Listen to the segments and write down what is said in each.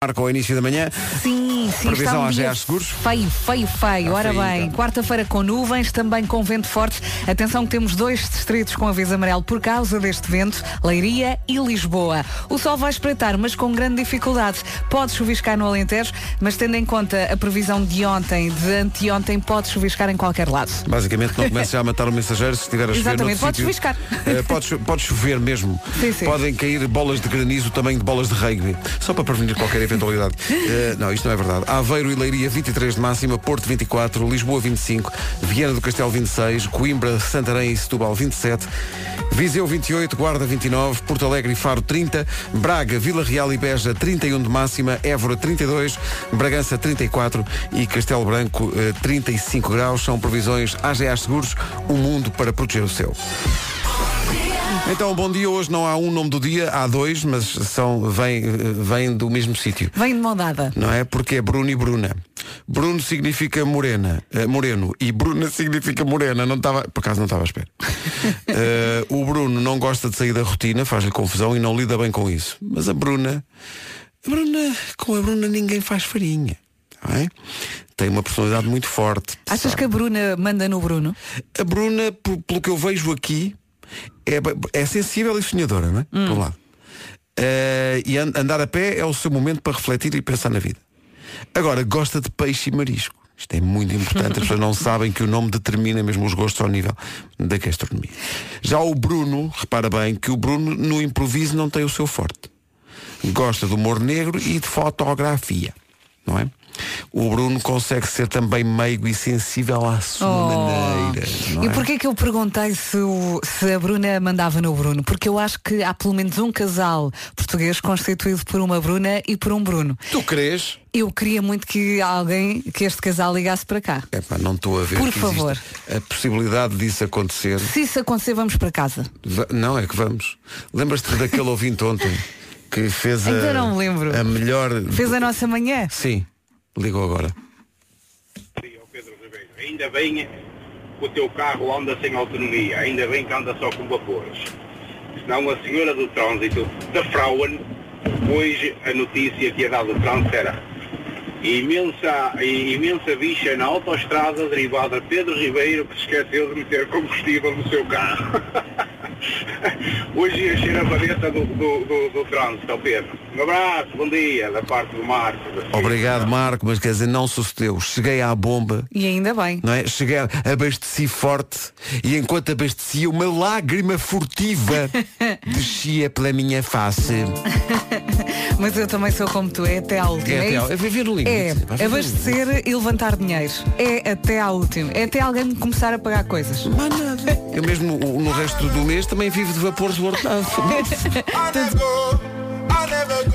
Marca o início da manhã. Sim, sim, Previsão está um às dia GEAs Seguros? feio, feio, feio. Ah, Ora feio, bem, então. quarta-feira com nuvens, também com vento forte. Atenção que temos dois distritos com aviso amarelo por causa deste vento, Leiria e Lisboa. O sol vai espreitar, mas com grande dificuldade. Pode chuviscar no Alentejo, mas tendo em conta a previsão de ontem, de anteontem, pode chuviscar em qualquer lado. Basicamente não começa já a matar o mensageiro se estiver a chover Exatamente, noutro pode sítio. chuviscar. Eh, pode, cho- pode chover mesmo. Sim, sim. Podem cair bolas de granizo, tamanho de bolas de rugby. Só para prevenir qualquer eventualidade. Eh, não, isto não é verdade. Aveiro e Leiria 23 de máxima, Porto 24, Lisboa 25, Viana do Castelo 26, Coimbra, Santarém e Setúbal 27, Viseu 28, Guarda 29, Porto Alegre e Faro 30, Braga, Vila Real e Beja 31 de máxima, Évora 32, Bragança 34 e Castelo Branco eh, 35 graus. São previsões AGA Seguros, um mundo para proteger o seu. Então, bom dia. Hoje não há um nome do dia, há dois, mas são, vêm, eh, vêm do mesmo sítio. Vem de mão dada. Não é? Porque é Bruno e Bruna. Bruno significa morena, eh, moreno e Bruna significa morena. Não estava, por acaso não estava à espera. Eh, o Bruno não gosta de sair da rotina, faz-lhe confusão e não lida bem com isso. Mas a Bruna, a Bruna, com a Bruna ninguém faz farinha. não é? Tem uma personalidade muito forte. Achas sabe? que a Bruna manda no Bruno? A Bruna, p- pelo que eu vejo aqui, é, ba- é sensível e sonhadora, não é? Por um lado. Eh, e an- andar a pé é o seu momento para refletir e pensar na vida. Agora, gosta de peixe e marisco. Isto é muito importante, as pessoas não sabem que o nome determina mesmo os gostos ao nível da gastronomia. Já o Bruno, repara bem, que o Bruno no improviso não tem o seu forte. Gosta do humor negro e de fotografia, não é? O Bruno consegue ser também meigo e sensível à sua maneira. não Oh. E é? porquê que eu perguntei se, o- se a Bruna mandava no Bruno? Porque eu acho que há pelo menos um casal português constituído por uma Bruna e por um Bruno. Tu crês? Eu queria muito que alguém, que este casal ligasse para cá. Epá, não estou a ver Por que favor. exista a possibilidade disso acontecer. Se isso acontecer, vamos para casa. Va- Não, é que vamos. Lembras-te daquele ouvinte ontem que fez a, Ainda não me lembro. a melhor. Fez a nossa manhã. Sim, ligou agora. Diga ao Pedro Ribeiro, ainda bem que o teu carro anda sem autonomia, ainda bem que anda só com vapores. Senão a senhora do trânsito da Frauen, hoje a notícia que ia dar do trânsito era imensa, i- imensa bicha na autoestrada derivada de Pedro Ribeiro que se esqueceu de meter combustível no seu carro. hoje ia encher a paleta do, do, do, do trânsito, ao Pedro. Um abraço, bom dia, da parte do Marcos. da Silvia. Obrigado, Marco, mas quer dizer, não sucedeu. Cheguei à bomba, E ainda bem. não é? Cheguei, abasteci forte e enquanto abastecia, uma lágrima furtiva descia pela minha face. É Mas eu também sou como tu, é até à última. É até ao- isso. é viver no limite. É, Vai viver no abastecer e levantar dinheiro. É até à última. É até alguém começar a pagar coisas. Mas nada. Eu mesmo o- no resto do mês também vivo de vapores do hortado.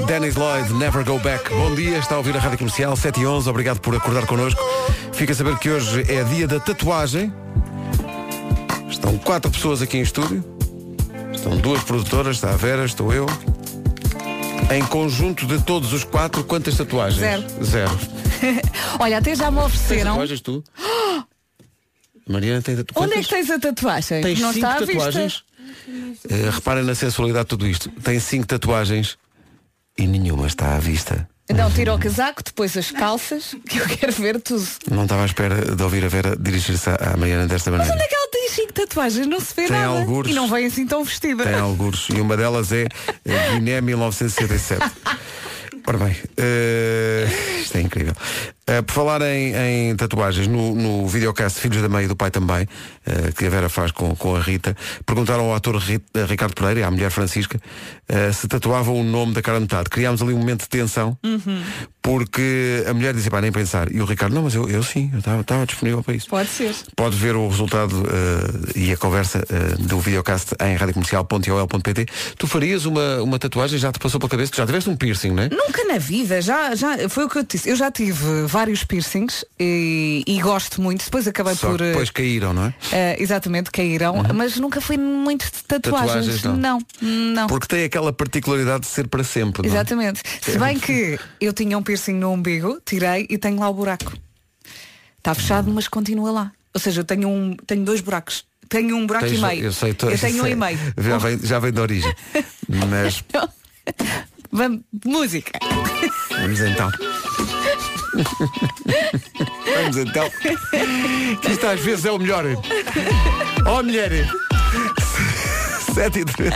Dennis Lloyd, Never Go Back. Bom dia, está a ouvir a Rádio Comercial 7 e 11. Obrigado por acordar connosco. Fica a saber que hoje é dia da tatuagem. Estão quatro pessoas aqui em estúdio. Estão duas produtoras, está a Vera, estou eu. Em conjunto de todos os quatro, quantas tatuagens? Zero. Zero. Olha, até já me Tens ofereceram. tatuagens tu? A Mariana tem tatu- Onde é quantas? que tens a tatuagem? Tem Não cinco está à vista? tatuagens. Eh, reparem na sensualidade de tudo isto. Tem cinco tatuagens e nenhuma está à vista. Não, tira o casaco, depois as calças, que eu quero ver tudo. Não estava à espera de ouvir a Vera dirigir-se à- à Mariana desta Mas maneira. onde é que ela tem cinco tatuagens? Não se vê Tem nada. algures. E não vem assim tão vestida. Tem alguns. E uma delas é eh, Guiné 1967. Ora bem, eh, isto é incrível. Eh, por falar em, em tatuagens, no, no videocast Filhos da Mãe e do Pai também, eh, que a Vera faz com, com a Rita, perguntaram ao ator Ri- eh, Ricardo Pereira e à mulher Francisca eh, se tatuavam o nome da cara a metade. Criámos ali um momento de tensão, porque a mulher disse, pá, nem pensar. E o Ricardo, não, mas eu, eu sim, eu estava- estava disponível para isso. Pode ser. Pode ver o resultado eh, e a conversa eh, do videocast em radiocomercial.ol.pt. Tu farias uma, uma tatuagem, já te passou pela cabeça, tu já tiveste um piercing, não é? Nunca na vida, já, já, foi o que eu te disse. Eu já tive vários piercings e, e gosto muito. Depois acabei Só por. que eh, depois caíram, não é? eh, exatamente, caíram, mas nunca fui muito de tatuagens. Tatuagens, não. não. não. Porque tem aquela particularidade de ser para sempre, não é? Exatamente. Se bem que eu tinha um piercing no umbigo, tirei e tenho lá o buraco. Está fechado, mas continua lá. Ou seja, eu tenho, um, tenho dois buracos. Tenho um buraco Tens- e meio. Eu, sei, tu- tenho um sei. e meio. Já vem, já vem da origem. Mas Não. Vamos, música. Vamos então. Vamos então. Que isto às vezes é o melhor. Ó oh, mulher. 7 e 13.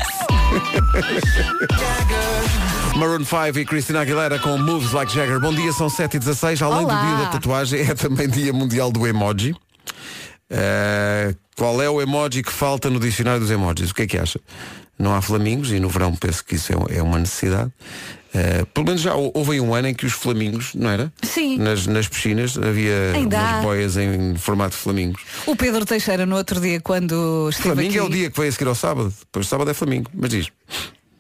Maroon 5 e Christina Aguilera com Moves Like Jagger. Bom dia, são 7 e 16 Além Olá. do dia da tatuagem, é também dia mundial do emoji. Eh, qual é o emoji que falta no dicionário dos emojis? O que é que acha? Não há flamingos e no verão penso que isso é, é uma necessidade. Eh, pelo menos já hou- houve aí um ano em que os flamingos, não era? Sim. Nas, nas piscinas havia Ainda há. umas boias em formato de flamingos. O Pedro Teixeira, no outro dia, quando esteve Flamingo aqui... é o dia que vai a seguir ao sábado. Depois sábado é flamingo. Mas diz.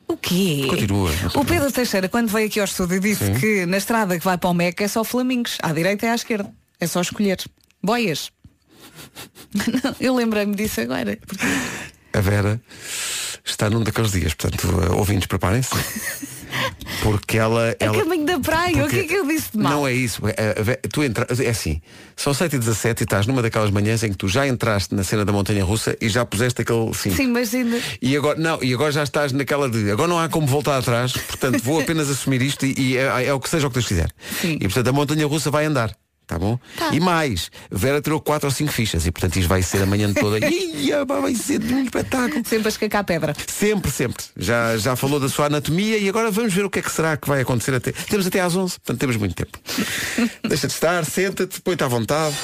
O quê? Continua. O Pedro Teixeira, quando veio aqui ao estúdio, disse que na estrada que vai para o Meca é só flamingos. À direita e à esquerda. É só escolher. Boias. Não, eu lembrei-me disso agora. Porque A Vera está num daqueles dias, portanto, eh, ouvintes, preparem-se. Porque ela. é ela- caminho da praia. O que porque- é que eu disse de mal? Não é isso. é, a Ve- tu entra, é assim, são 7h17 e estás numa daquelas manhãs em que tu já entraste na cena da Montanha Russa e já puseste aquele. Sim. Sim, mas ainda... E agora, não, e agora já estás naquela de agora não há como voltar atrás, portanto vou apenas assumir isto e, e é, é o que seja o que Deus quiser. Sim. E portanto a montanha russa vai andar. Tá bom? E mais, Vera tirou quatro ou cinco fichas e portanto isto vai ser a manhã toda. Ia, pá, vai ser de um espetáculo. Sempre a escacar pedra. Sempre, sempre. Já, já falou da sua anatomia e agora vamos ver o que é que será que vai acontecer até. Temos até às 11, portanto temos muito tempo. Deixa de estar, senta-te, põe-te à vontade.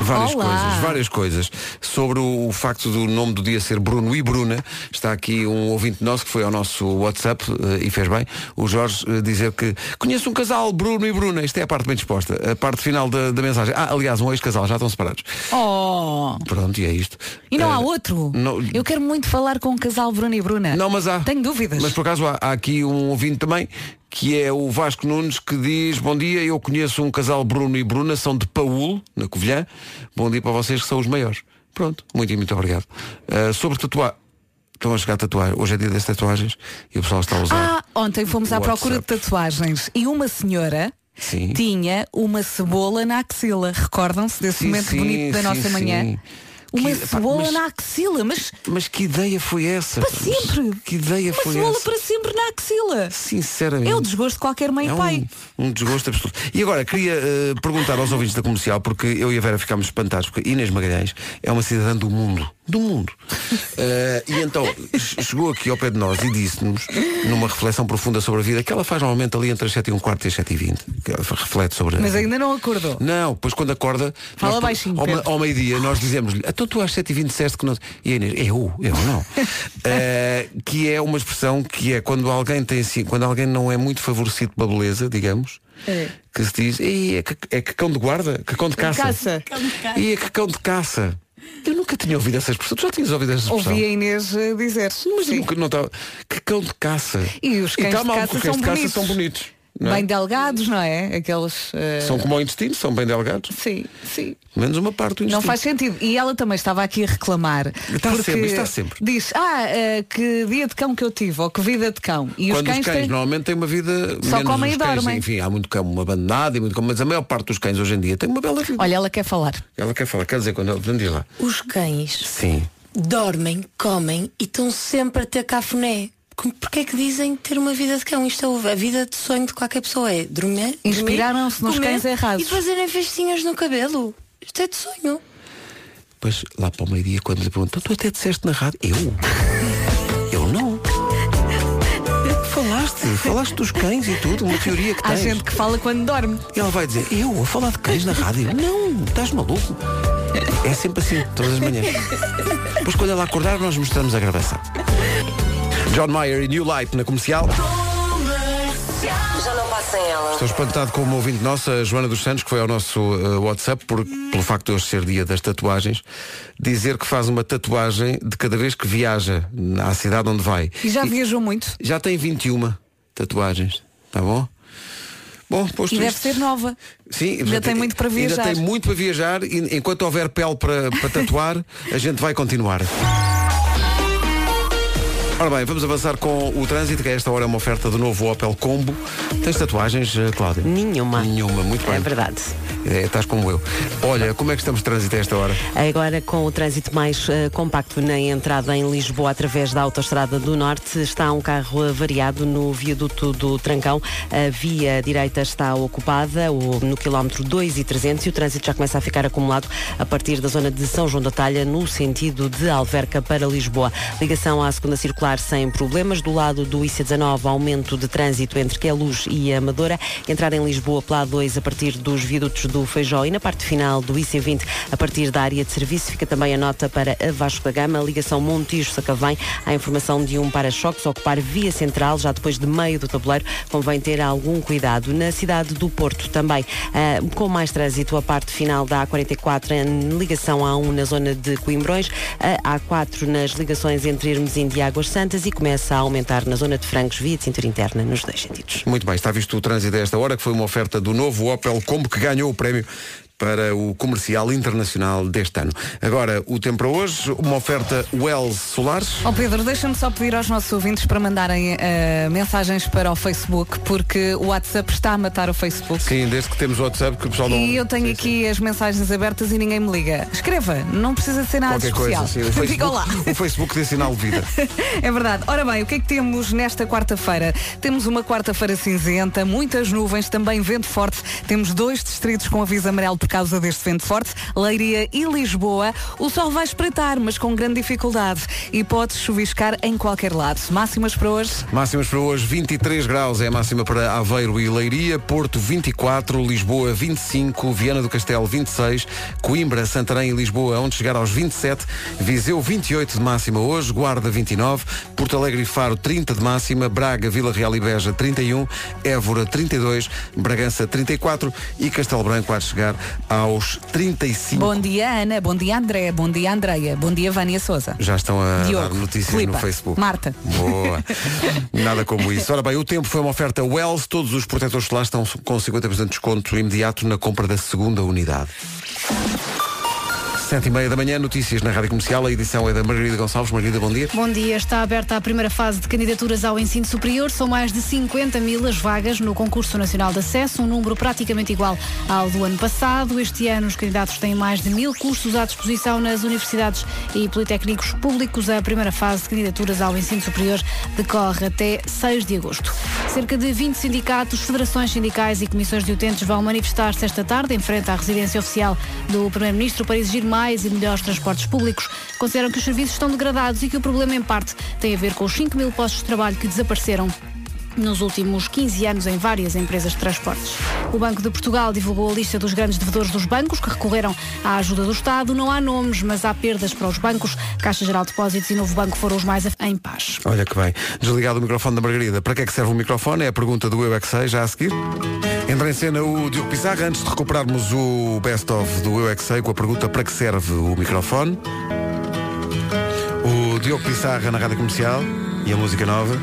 Várias Olá. coisas, várias coisas. Sobre o, o facto do nome do dia ser Bruno e Bruna, está aqui um ouvinte nosso que foi ao nosso WhatsApp eh, e fez bem, o Jorge eh, dizer que conheço um casal, Bruno e Bruna. Isto é a parte bem disposta, a parte final da, da mensagem. Ah, aliás, um ex-casal, já estão separados. Oh! Pronto, e é isto. E não Eh, há outro? não- Eu quero muito falar com o casal Bruno e Bruna. Não, mas há. Tenho dúvidas. Mas por acaso há, há aqui um ouvinte também, que é o Vasco Nunes, que diz, bom dia, eu conheço um casal Bruno e Bruna, são de Paul, na Covilhã. Bom dia para vocês que são os maiores. Pronto, muito e muito obrigado. Ah, sobre tatuar. Estão a chegar a tatuar. Hoje é dia das tatuagens e o pessoal está a usar. Ah, ontem fomos à WhatsApp. procura de tatuagens e uma senhora Sim. tinha uma cebola na axila. Recordam-se desse Sim, momento sim, bonito da sim, nossa sim. manhã? Uma Que- pá, cebola mas- na axila, mas Mas que ideia foi essa? para pá? sempre. Mas Que ideia uma foi cebola essa? para sempre na axila. Sinceramente. É o desgosto de qualquer mãe É e um, pai. um desgosto absoluto. E agora, queria eh, perguntar aos ouvintes da comercial, porque eu e a Vera ficámos espantados, porque Inês Magalhães é uma cidadã do mundo. Do mundo. Eh, e então che- chegou aqui ao pé de nós e disse-nos, numa reflexão profunda sobre a vida, que ela faz normalmente ali entre as 7 e um quarto e as 7 e 20. Que ela reflete sobre a- Mas ainda não acordou. Não, pois quando acorda. Fala nós- baixinho, Ao, Pedro. ma- ao meio-dia nós dizemos-lhe, então tu às 7h20 disseste que não. E a Inês, eu, eu não. Eh, que é uma expressão que é quando alguém tem assim, quando alguém não é muito favorecido pela beleza, digamos. É. Que se diz, "Ei, é, que, é que cão de guarda, que cão de caça. Caça. E é que cão de caça. Eu nunca tinha ouvido essa expressão. Tu já tinhas ouvido essa expressão? Ouvi a Inês eh, dizer. Mas eu Sim. nunca não estava. Que cão de caça. E os cães tá de mal, caça porque os são cães de caça bonitos. são bonitos. não é? Bem delgados, não é? Aqueles. eh, São como o intestino, são bem delgados. Sim, sim. Menos uma parte do Não intestino. faz sentido. E ela também estava aqui a reclamar. Está porque sempre, está sempre. Diz, ah, eh, que dia de cão que eu tive, ou que vida de cão. E Quando os cães, têm... normalmente têm uma vida Só menos comem os e cães, dormem. Enfim, há muito cão abandonado e muito cão, mas a maior parte dos cães hoje em dia tem uma bela vida. Olha, ela quer falar. Ela quer falar, quer dizer quando ela diz lá. Os cães Sim. dormem, comem e estão sempre a ter cafuné. Com- Porquê é que dizem ter uma vida de cão? Isto é o- a vida de sonho de qualquer pessoa é dormir, dormir, Inspiraram-se nos comer cães errados. E fazerem festinhas no cabelo. Isto é de sonho. Depois lá para o meio-dia quando lhe perguntam, tu até disseste na rádio. Eu? Eu não. Falaste, falaste dos cães e tudo, uma teoria que Há tens. gente que fala quando dorme. E ela vai dizer, eu a falar de cães na rádio? Não, estás maluco? É sempre assim, todas as manhãs. Depois quando ela acordar nós mostramos a gravação. John Mayer e New Light na comercial. Já não passa em ela. Estou espantado com uma ouvinte nossa, a Joana dos Santos, que foi ao nosso eh, WhatsApp, por, pelo facto de hoje ser dia das tatuagens, dizer que faz uma tatuagem de cada vez que viaja à cidade onde vai. E já viajou muito. Já tem 21 tatuagens, tá bom? Bom, posto E deve isto- ser nova. Sim, Ainda tem muito para viajar. Ainda tem muito para viajar e enquanto houver pele para, para tatuar, a gente vai continuar. Ora bem, vamos avançar com o trânsito, que a esta hora é uma oferta do novo Opel Combo. Tens tatuagens, eh, Cláudia? Nenhuma. Nenhuma, muito bem. É verdade. É, estás como eu. Olha, como é que estamos de trânsito a esta hora? Agora, com o trânsito mais eh, compacto na entrada em Lisboa através da Autostrada do Norte, está um carro avariado no viaduto do Trancão. A via direita está ocupada o- no quilómetro 2 e 300 e o trânsito já começa a ficar acumulado a partir da zona de São João da Talha no sentido de Alverca para Lisboa. Ligação à segunda circular sem problemas. Do lado do IC19, aumento de trânsito entre Queluz e Amadora. Entrada em Lisboa pela A2 a partir dos viadutos do Feijó e na parte final do IC20 a partir da área de serviço. Fica também a nota para a Vasco da Gama, ligação Montijo-Sacavém. Há informação de um para-choques a ocupar via central já depois de meio do tabuleiro. Convém ter algum cuidado. Na cidade do Porto também, ah, com mais trânsito, a parte final da A44 em ligação A1 na zona de Coimbrões, a A4 nas ligações entre Hermesim e Águas Santas e começa a aumentar na zona de Francos via de cintura interna nos dois sentidos. Muito bem, está visto o trânsito a esta hora, que foi uma oferta do novo Opel Combo, que ganhou o prémio para o comercial internacional deste ano. Agora, o tempo para hoje, uma oferta Wells Solares. Ó Pedro, deixa-me só pedir aos nossos ouvintes para mandarem eh, mensagens para o Facebook, porque o WhatsApp está a matar o Facebook. Sim, desde que temos o WhatsApp, que o pessoal não... E eu tenho aqui as mensagens abertas e ninguém me liga. Escreva, não precisa ser nada Qualquer coisa, especial. sim. O Fica lá. Facebook, o Facebook tem sinal de vida. É verdade. Ora bem, o que é que temos nesta quarta-feira? Temos uma quarta-feira cinzenta, muitas nuvens, também vento forte. Temos dois distritos com aviso amarelo por causa deste vento forte, Leiria e Lisboa. O sol vai espreitar, mas com grande dificuldade. E pode chuviscar em qualquer lado. Máximas para hoje? Máximas para hoje, 23 graus é a máxima para Aveiro e Leiria, Porto 24, Lisboa 25, Viana do Castelo 26, Coimbra, Santarém e Lisboa onde chegar aos 27, Viseu 28 de máxima hoje, Guarda 29, Porto Alegre e Faro 30 de máxima, Braga, Vila Real e Beja 31, Évora 32, Bragança 34 e Castelo Branco há de chegar aos 35. Bom dia, Ana. Bom dia, André. Bom dia, Andreia. Bom dia, Vânia Souza. Já estão a Diogo, dar notícias Filipa, no Facebook. Marta. Boa. Nada como isso. Ora bem, o tempo foi uma oferta Wells. Todos os protetores solares estão com 50% de desconto imediato na compra da segunda unidade. Sete e meia da manhã, notícias na Rádio Comercial. A edição é da Margarida Gonçalves. Margarida, bom dia. Bom dia, está aberta a primeira fase de candidaturas ao ensino superior. São mais de 50 mil as vagas no concurso nacional de acesso, um número praticamente igual ao do ano passado. Este ano os candidatos têm mais de mil cursos à disposição nas universidades e politécnicos públicos. A primeira fase de candidaturas ao ensino superior decorre até 6 de agosto. Cerca de 20 sindicatos, federações sindicais e comissões de utentes vão manifestar-se esta tarde em frente à residência oficial do Primeiro-Ministro para exigir mais e melhores transportes públicos. Consideram que os serviços estão degradados e que o problema, em parte, tem a ver com os 5 mil postos de trabalho que desapareceram nos últimos 15 anos em várias empresas de transportes. O Banco de Portugal divulgou a lista dos grandes devedores dos bancos que recorreram à ajuda do Estado. Não há nomes, mas há perdas para os bancos. Caixa Geral de Depósitos e Novo Banco foram os mais af- em paz. Olha que bem. Desligado o microfone da Margarida. Para que é que serve o microfone? É a pergunta do Eu é que Sei, já a seguir. Entra em cena o Diogo Pizarra antes de recuperarmos o best-of do Eu é que Sei com a pergunta para que serve o microfone. O Diogo Pizarra na Rádio Comercial e a música nova.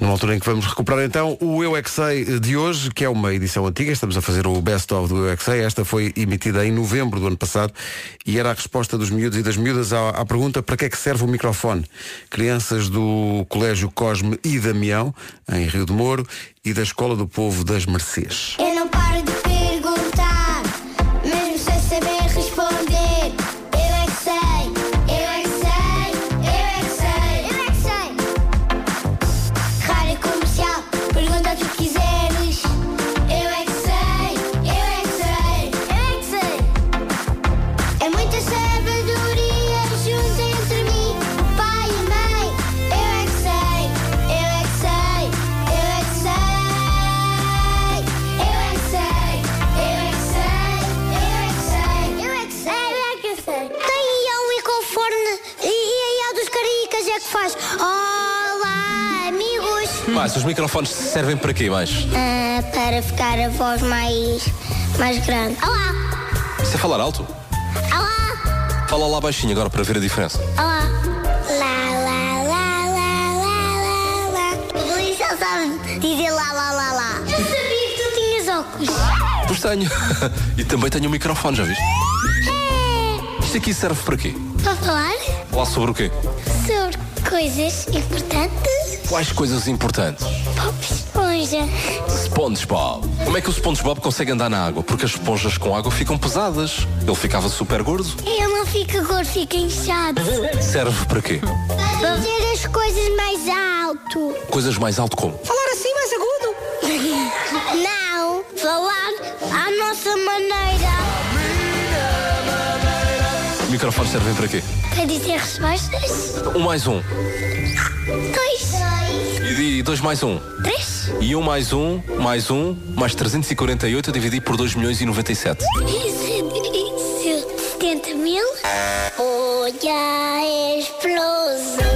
Numa altura em que vamos recuperar então o Eu é que Sei de hoje, que é uma edição antiga, estamos a fazer o Best of do Eu é que Sei. Esta foi emitida em novembro do ano passado e era a resposta dos miúdos e das miúdas à, à pergunta para que é que serve o microfone. Crianças do Colégio Cosme e Damião, em Rio de Moro, e da Escola do Povo das Mercês. Eu não paro de perguntar, mesmo sem saber responder. Eu é que sei, eu é que sei, eu é que sei, eu é que sei. Rádio comercial, pergunta o que quiseres. Eu é que sei, eu é que sei, eu é que sei. É muita sabedoria junto entre mim, pai e mãe. Eu é que sei, eu é que sei, eu é que sei. Eu é que sei, eu é que sei, eu é que sei, eu é que sei, eu é que sei. Tem aí um microfone e, e aí é dos caricas é que faz. Olá, amigos. Mais, os microfones servem para quê, mais? Ah, para ficar a voz mais, mais grande. Olá, Isso é falar alto? olá. Fala lá baixinho agora para ver a diferença. Olá. Lá, lá, lá, lá, lá, lá, lá. O Luís ele sabe dizer lá, lá, lá, lá. Eu sabia que tu tinhas óculos. Pois tenho. e também tenho um microfone, já viste? Isto aqui serve para quê? É. Para falar Falar sobre o quê? sobre coisas importantes. Quais coisas importantes? Pop Esponja. SpongeBob. Como é que o SpongeBob consegue andar na água? Porque as esponjas com água ficam pesadas. Ele ficava super gordo. Ele não fica gordo, fica inchado. Serve para quê? Para dizer as coisas mais alto. Coisas mais alto como? Falar assim mais agudo? Não, falar à nossa maneira. Microfones servem para quê? Para dizer respostas? Um mais um. Dois. E di- dois mais um. Três. E um mais um, mais um, mais 348 eu dividi por 2 milhões e 97. Isso, isso. 70 mil? Olha a explosão.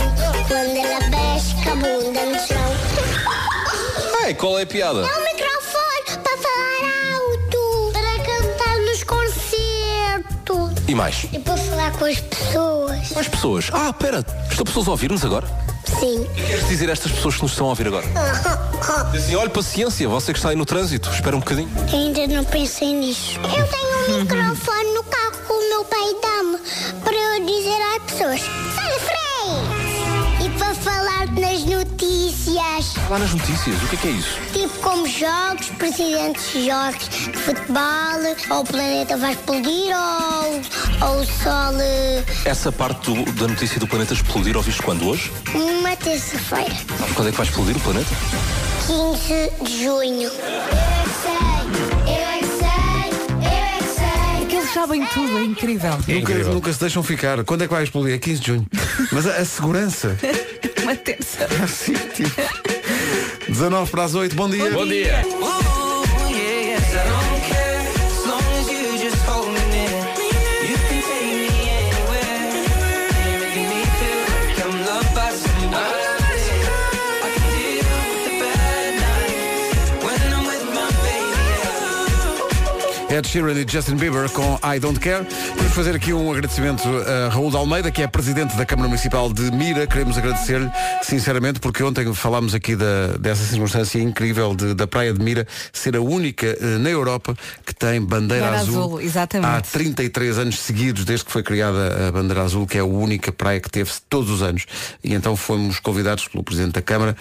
Quando ela pesca a bunda no chão. Ei, qual é a piada? É o microfone para falar alto. Para cantar nos concertos. E mais? E para falar com as pessoas. Mais pessoas. Ah, pera, estão pessoas a ouvir-nos agora? Sim. Queres dizer a estas pessoas que nos estão a ouvir agora? Diz assim, olha, paciência, você que está aí no trânsito, espera um bocadinho. Ainda não pensei nisso. Eu tenho um microfone no carro que o meu pai dá-me para eu dizer às pessoas: sai freio! E para falar nas notícias, Lá nas notícias, o que é que é isso? tipo como jogos, presidentes de jogos de futebol, ou o planeta vai explodir, ou, ou o sol. eh, Essa parte do- da notícia do planeta explodir ouviste quando hoje? Uma terça-feira, Sabes quando é que vai explodir o planeta? 15 de junho. Eu é que sei, eu é que sei, eu é que sei. É que eles sabem tudo, é incrível. Nunca, nunca se deixam ficar. Quando é que vai explodir? É 15 de junho. Mas a, a segurança. Uma terça. Sim, tipo. 19 para as 8, bom dia. Bom dia. Ed Sheeran e Justin Bieber com I Don't Care. Queremos fazer aqui um agradecimento a Raul de Almeida, que é presidente da Câmara Municipal de Mira. Queremos agradecer-lhe, sinceramente, porque ontem falámos aqui da, dessa circunstância incrível de- da Praia de Mira ser a única eh, na Europa que tem bandeira Bandeira azul. azul, exatamente. Há 33 anos seguidos, desde que foi criada a bandeira azul, que é a única praia que teve todos os anos. E então fomos convidados pelo Presidente da Câmara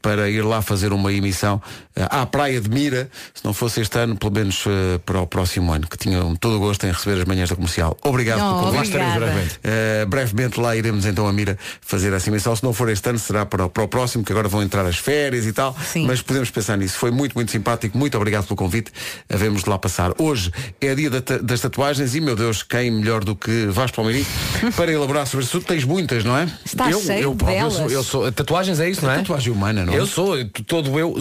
para ir lá fazer uma emissão eh, à Praia de Mira, se não fosse este ano, pelo menos eh, para o próximo ano, que tinham todo o gosto em receber as manhãs da comercial. Oh, Obrigado pelo convite. Lá estaremos obrigada. brevemente. Eh, brevemente lá iremos então a Mira fazer essa emissão. Se não for este ano, será para o, para o próximo, que agora vão entrar as férias e tal. Sim. Mas podemos pensar nisso. Foi muito, muito simpático. Muito obrigado pelo convite. Havemos de lá passar. Hoje é dia da ta- das tatuagens e, meu Deus, quem melhor do que Vasco Palmeirim para elaborar sobre isso? Tu Tens muitas, não é? Está eu, cheio eu, próprio, eu delas. sou, eu sou- Tatuagens é isso, não é? Tatuagem humana, não é? Eu sou, eu- todo eu,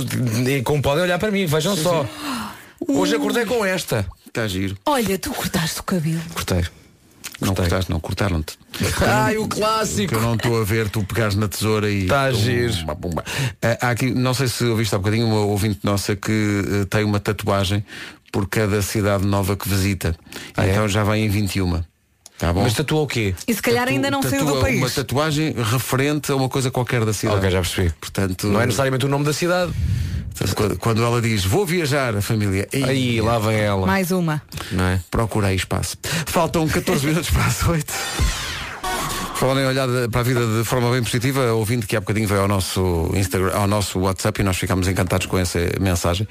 e como podem olhar para mim, vejam só. Hoje acordei com esta. Está Tá giro. Olha, tu cortaste o cabelo. Cortei. Não cortaste, não. Cortaram-te. Ai, o Que clássico. eu não estou a ver, tu pegares na tesoura e. Tá Pumba, giro. pumba. Ah, há aqui, não sei se ouviste há bocadinho uma ouvinte nossa que eh, tem uma tatuagem por cada cidade nova que visita. Ah, é? então já vai em 21. Tá bom? Mas tatuou o quê? E se calhar Tatu- ainda não saiu tatua do Uma país. tatuagem referente a uma coisa qualquer da cidade. Ok, já percebi. Portanto, Não é necessariamente o nome da cidade. quando, quando ela diz vou viajar, a família. "Ei, Aí, lá vem ela. Mais uma. Não é? procurei espaço. Faltam 14 minutos para as 8. Falando em olhar de- para a vida de forma bem positiva, ouvindo que há bocadinho veio ao nosso Instagram, ao nosso WhatsApp e nós ficámos encantados com essa mensagem,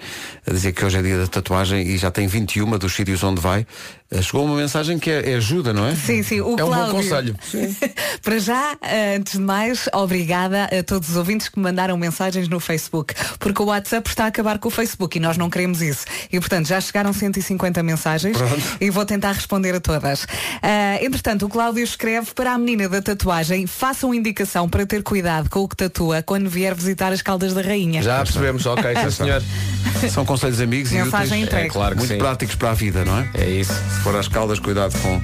a dizer que hoje é dia da tatuagem e já tem 21 dos sítios onde vai. Eh, Chegou uma mensagem que é, é ajuda, não é? Sim, sim, o É um bom Cláudio. conselho. Para já, eh, antes de mais, obrigada a todos os ouvintes que me mandaram mensagens no Facebook, porque o WhatsApp está a acabar com o Facebook e nós não queremos isso. E portanto, já chegaram 150 mensagens e vou tentar responder a todas. Ah, entretanto, o Cláudio escreve para a menina da tatuagem, façam indicação para ter cuidado com o que tatua quando vier visitar as Caldas da Rainha. Já percebemos, ok, sim senhor. É. São conselhos amigos Mensagem e úteis. entregue. É claro que Muito sim. práticos para a vida, não é? É isso. Se for às caldas, cuidado com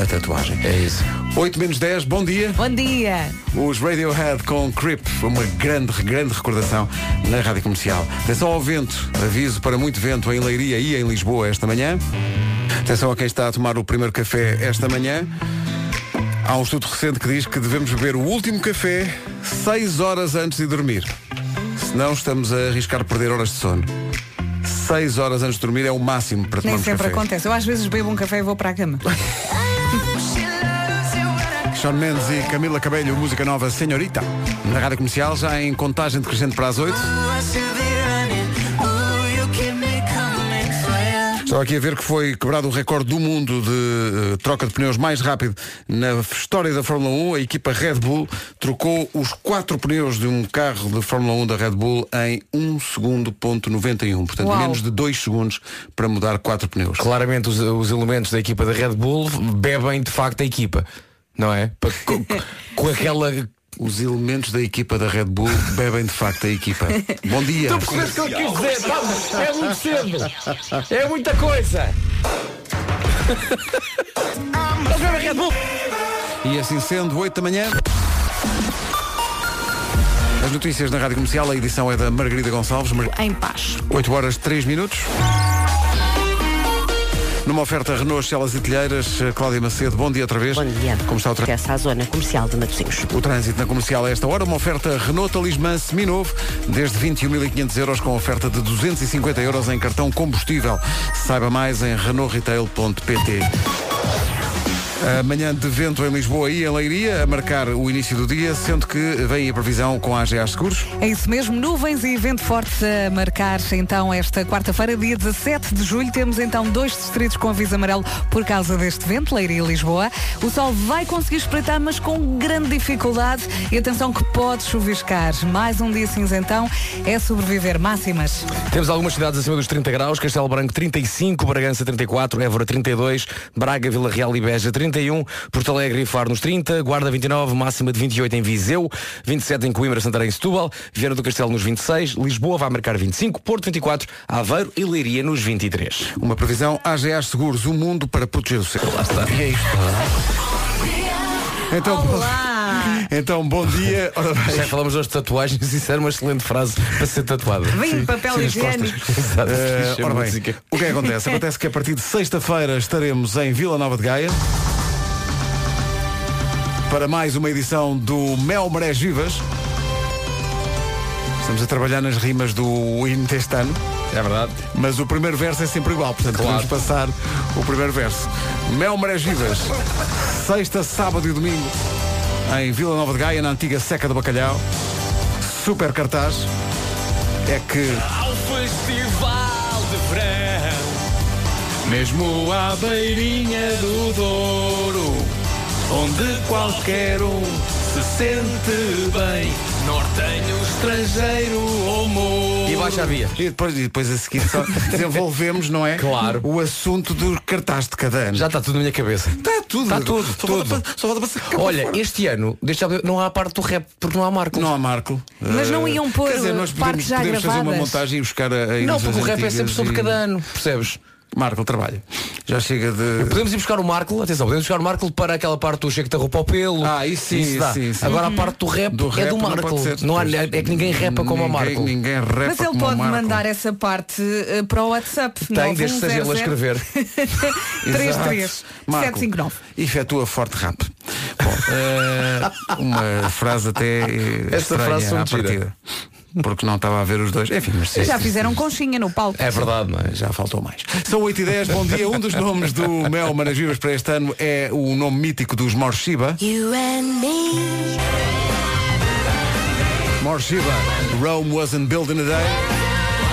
a tatuagem. É isso. 8 menos 10, bom dia. Bom dia! Os Radiohead com Creep, uma grande, grande recordação na rádio comercial. Atenção ao vento, aviso para muito vento em Leiria e em Lisboa esta manhã. Atenção a quem está a tomar o primeiro café esta manhã. Há um estudo recente que diz que devemos beber o último café 6 horas antes de dormir. Senão estamos a arriscar perder horas de sono. 6 horas antes de dormir é o máximo para Nem tomarmos sempre café. acontece. Eu às vezes bebo um café e vou para a cama. Sean Mendes e Camila Cabelho, música nova Senhorita. Na rádio comercial, já em contagem decrescente para as 8. Estou aqui a ver que foi quebrado o recorde do mundo de eh, troca de pneus mais rápido na história da Fórmula 1. A equipa Red Bull trocou os quatro pneus de um carro de Fórmula 1 da Red Bull em 1 segundo ponto 91. Portanto, Uau. menos de 2 segundos para mudar quatro pneus. Claramente os, os elementos da equipa da Red Bull bebem de facto a equipa, não é? Pa- co- co- com aquela. Os elementos da equipa da Red Bull bebem de facto a equipa. Bom dia. Tu percebes o que ele quis dizer? Vamos, é muito cedo. É muita coisa. Eles bebem Red Bull. E assim sendo, 8 da manhã. As notícias na Rádio Comercial, a edição é da Margarida Gonçalves. Mar- Em paz. 8 horas 3 minutos. Numa oferta Renault, Celas e Telheiras, eh, Cláudia Macedo, bom dia outra vez. Bom dia. Como está o trânsito? Essa à zona comercial de Matosinhos. O trânsito na comercial a esta hora, uma oferta Renault Talismã seminovo, desde 21.500 euros com oferta de 250 euros em cartão combustível. Saiba mais em renaultretail.pt. Amanhã de vento em Lisboa e em Leiria, a marcar o início do dia, sendo que vem a previsão com a AGA Seguros. É isso mesmo, nuvens e vento forte a marcar então esta quarta-feira, dia 17 de julho. Temos então dois distritos com aviso amarelo por causa deste vento, Leiria e Lisboa. O sol vai conseguir espreitar, mas com grande dificuldade. E atenção que pode chuviscar. Mais um dia cinzentão é sobreviver máximas. Temos algumas cidades acima dos 30 graus, Castelo Branco 35, Bragança 34, Évora 32, Braga, Vila Real e Beja 31, Porto Alegre e Faro nos 30, Guarda 29, máxima de 28 em Viseu, 27 em Coimbra, Santarém e Setúbal, Vieira do Castelo nos 26, Lisboa vai marcar 25, Porto 24, Aveiro e Leiria nos 23. Uma previsão AGA Seguros, o mundo para proteger o seu. Lá está. E é isto. Então, então bom dia. Ora bem. Já falamos hoje de tatuagens e isso era uma excelente frase para ser tatuada. Vem Sim, papel sim, as higiênico. costas. Exato, Eh, deixa Tá a ora bem, música. o que é que acontece? Acontece que a partir de sexta-feira estaremos em Vila Nova de Gaia para mais uma edição do Mel Marés Vivas. Estamos a trabalhar nas rimas do hino deste ano. É verdade. Mas o primeiro verso é sempre igual, portanto vamos passar o primeiro verso. Mel Marés Vivas, sexta, sábado e domingo, em Vila Nova de Gaia, na antiga Seca do Bacalhau. Super cartaz. É que Ao festival de verão, mesmo à beirinha do Douro, onde qualquer um se sente bem, nortenho, estrangeiro ou mouro. E depois, e depois a seguir só desenvolvemos, não é? Claro. O assunto do cartaz de cada ano. Já está tudo na minha cabeça. Está tudo. Está tudo. Só tudo. falta pa- só falta passar- Olha, este ano, deixa eu ver, não há a parte do rap, porque não há Marco. Não há Marco. Mas não Eh, iam pôr, Quer dizer, nós eh, podemos, partes já podemos fazer uma gravadas? montagem e buscar a, a Não, porque o rap é antigas sempre sobre e- cada ano, percebes? Marco, trabalho. Já chega de. Podemos ir buscar o Marco, atenção, podemos buscar o Marco para aquela parte do Chega da roupa ao pelo. Ah, isso sim, dá. sim, sim. Agora Uhum. a parte do rap Do é rap do não Marco. pode Não ser, há, pois. é que ninguém rapa como o Ninguém- Marco. ninguém rapa Mas ele como o pode Marco. mandar essa parte eh, para o WhatsApp. um Tem, desde que seja ele a escrever. 33 Marco, 759. Efetua forte rap. Bom, eh, uma frase até eh, Esta estranha frase foi à mentira. partida. Porque não estava a ver os dois. Enfim, mas sim, Já sim. fizeram conchinha no palco. É verdade, não é? Já faltou mais. São 8 e 10, bom dia. Um dos nomes do Mel Manas Vivas para este ano é o nome mítico dos Morshiba. You and me. Morshiba, Rome wasn't built in a day.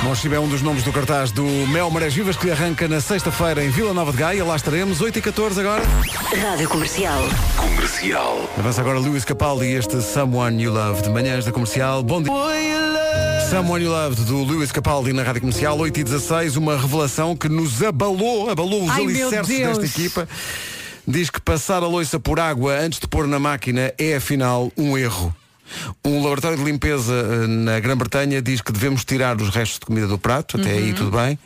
Morshiba é um dos nomes do cartaz do Mel Marés Vivas que arranca na sexta-feira em Vila Nova de Gaia. Lá estaremos, 8 e 14 agora. Rádio Comercial. Comercial. Avança agora Luís Capaldi e este Someone You Love de manhãs da comercial. Bom dia. Someone You Love do Luís Capaldi na rádio comercial, 8 e 16 uma revelação que nos abalou, abalou os Ai, meu alicerces Deus. desta equipa. Diz que passar a loiça por água antes de pôr na máquina é afinal um erro. Um laboratório de limpeza eh, na Grã-Bretanha diz que devemos tirar os restos de comida do prato, até Uhum. aí tudo bem,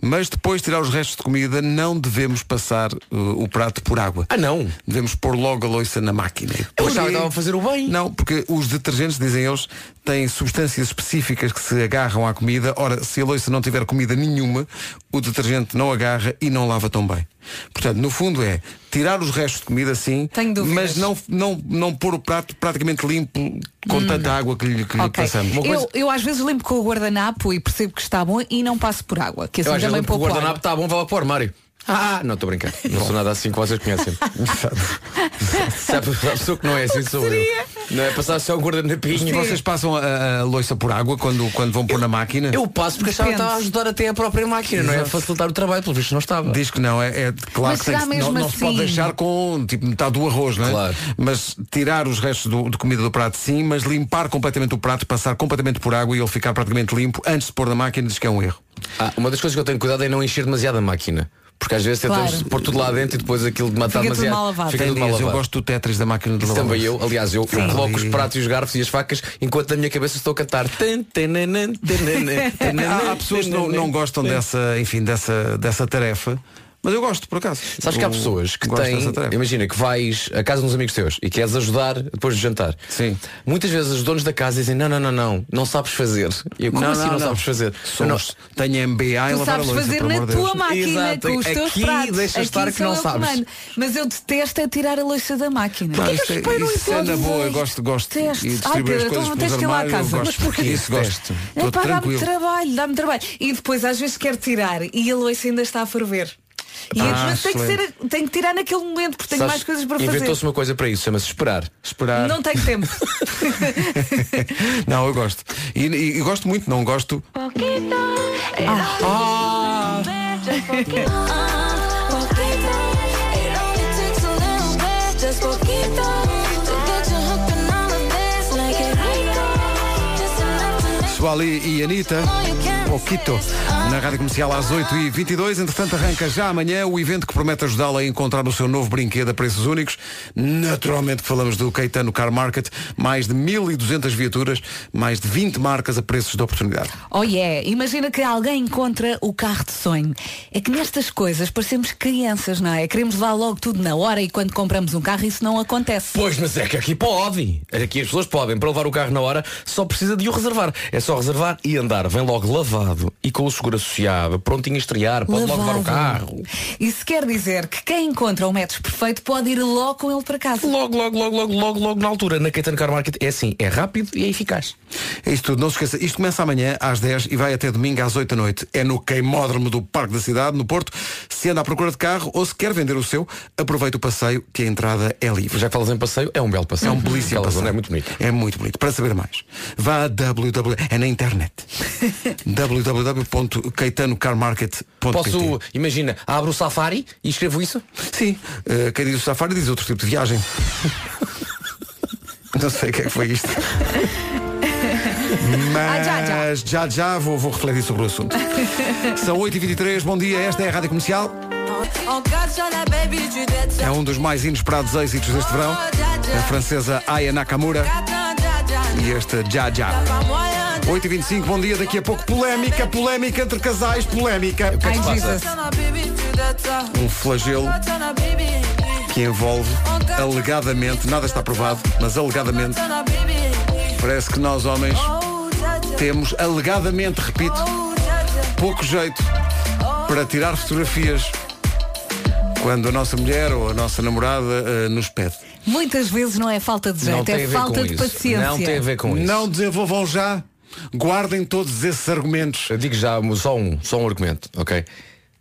mas depois de tirar os restos de comida não devemos passar eh, o prato por água. Ah, não. Devemos pôr logo a loiça na máquina. Eu achava Porquê? que estava a fazer o bem. Não, porque os detergentes, dizem eles, têm substâncias específicas que se agarram à comida. Ora, se a loiça não tiver comida nenhuma, o detergente não agarra e não lava tão bem. Portanto, no fundo é tirar os restos de comida sim, Tenho dúvidas. mas não, não, não pôr o prato praticamente limpo com tanta água que lhe, que lhe Hum. Ok. passamos. Eu, eu às vezes limpo com o guardanapo e percebo que está bom e não passo por água. Que assim Eu acho que também o pouco guardanapo está bom, vai lá para o armário. Ah, não estou a brincar. Não sou nada assim que vocês conhecem. Sabe, a pessoa que não é assim sou eu. Não é passar só o guardanapinho. Vocês passam a, a loiça por água quando, quando vão pôr na máquina? Eu passo porque achava que estava a ajudar até a própria máquina, não é? A facilitar o trabalho, pelo visto não estava. Diz que não, é, é claro Mas que tem será que se- não, mesmo não se pode assim? deixar com tipo metade do arroz, não é? Mas tirar os restos do- de comida do prato sim, mas limpar completamente o prato, passar completamente por água e ele ficar praticamente limpo antes de pôr na máquina diz que é um erro. Ah, uma das coisas que eu tenho cuidado é não encher demasiado a máquina. Porque às vezes tentamos Claro. pôr tudo lá dentro e depois aquilo de matar Fica tudo demasiado. mal lavado. Fica Tem tudo mal dias, eu lavado. gosto do Tetris da máquina de Isso lavar também eu, louça. aliás, eu, eu Sim. coloco os Ali. pratos e os garfos e as facas enquanto na minha cabeça estou a cantar. Tan, tananã, tananã, tananã, há, há pessoas que não, tananã. não gostam dessa, enfim, dessa, dessa tarefa. Mas eu gosto, por acaso. Sabes que há Eu pessoas que gosto têm. dessa tarefa. Imagina que vais à casa de uns amigos teus e queres ajudar depois do jantar. Sim. Muitas vezes os donos da casa dizem não, não, não, não, não sabes fazer. E eu, como Não, assim não, não, não. sabes fazer? Somos- tenho MBA e Tu sabes fazer na tua máquina Exato. com os teus Aqui pratos. deixa Aqui estar que sou não eu que sabes. mando. Mas eu detesto é tirar a louça da máquina. Não, Porquê isso que é, os pais não isso é na encontram? boa, eu gosto, gosto. Detesto. E Ai, distribuir Pedro, as coisas então pelos tens que ir lá à armários, casa. eu gosto. Isso gosto. É Estou pá, dá-me tranquilo. trabalho, dá-me trabalho. E depois às vezes quero tirar e a louça ainda está a ferver. E Ah, mas tem que, excelente. ser, tem que tirar naquele momento porque tenho Sabes, mais coisas para Inventou-se fazer. uma coisa para isso, chama-se esperar. Esperar. Não tenho tempo. Não, eu gosto. E, e- e gosto muito, não gosto. Ah. Pessoal e, e Anitta, Poquito, na Rádio Comercial às 8h22. Entretanto, arranca já amanhã o evento que promete ajudá-la a encontrar o seu novo brinquedo a preços únicos. Naturalmente que falamos do Caetano Car Market. Mais de 1.200 viaturas, mais de 20 marcas a preços de oportunidade. Oh yeah, imagina que alguém encontra o carro de sonho. É que nestas coisas parecemos crianças, não é? Queremos levar logo tudo na hora e quando compramos um carro isso não acontece. Pois, mas é que aqui pode. Aqui as pessoas podem. Para levar o carro na hora, só precisa de o reservar. É só reservar e andar. Vem logo lavado e com o seguro associado, prontinho a estrear. Pode logo levar o Lavado. carro. Isso quer dizer que quem encontra o metro perfeito pode ir logo com ele para casa. Logo, logo, logo, logo, logo, logo na altura. Na Caetano Car Market é assim, é rápido e é eficaz. É isto tudo, não se esqueça. Isto começa amanhã às 10 e vai até domingo às 8 da noite. É no queimódromo do Parque da Cidade, no Porto. Se anda à procura de carro ou se quer vender o seu, aproveite o passeio que a entrada é livre. Já que falas em passeio, é um belo passeio. É um belíssimo Aquela passeio. zona é muito bonito. É muito bonito. Para saber mais, vá a www. É na internet. www.caetanocarmarket.pt Posso, imagina, abro o Safari e escrevo isso? Sim. Eh, quem diz o safari diz outro tipo de viagem. não sei o que é que foi isto. Ah, Mas já, já, vou, vou refletir sobre o assunto. São 8h23, bom dia, esta é a Rádio Comercial. É um dos mais inesperados êxitos deste verão. A francesa Aya Nakamura e este Já Já. 8h25, bom dia, daqui a pouco polémica, polémica entre casais, polémica. O que é que se passa? Um flagelo que envolve, alegadamente, nada está provado, mas alegadamente, parece que nós homens temos, alegadamente, repito, pouco jeito para tirar fotografias quando a nossa mulher ou a nossa namorada eh, nos pede. Muitas vezes não é falta de jeito, é falta de paciência. Não desenvolvam já. Guardem todos esses argumentos. Eu digo já só um, só um argumento, ok?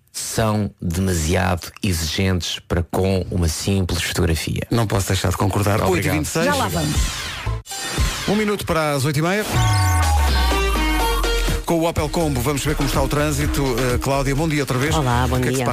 São demasiado exigentes para com uma simples fotografia. Não posso deixar de concordar. 8h26. Já lá vamos. Um minuto para as 8h30. Com o Opel Combo, vamos ver como está o trânsito. Uh, Cláudia, bom dia outra vez. é Olá, bom dia.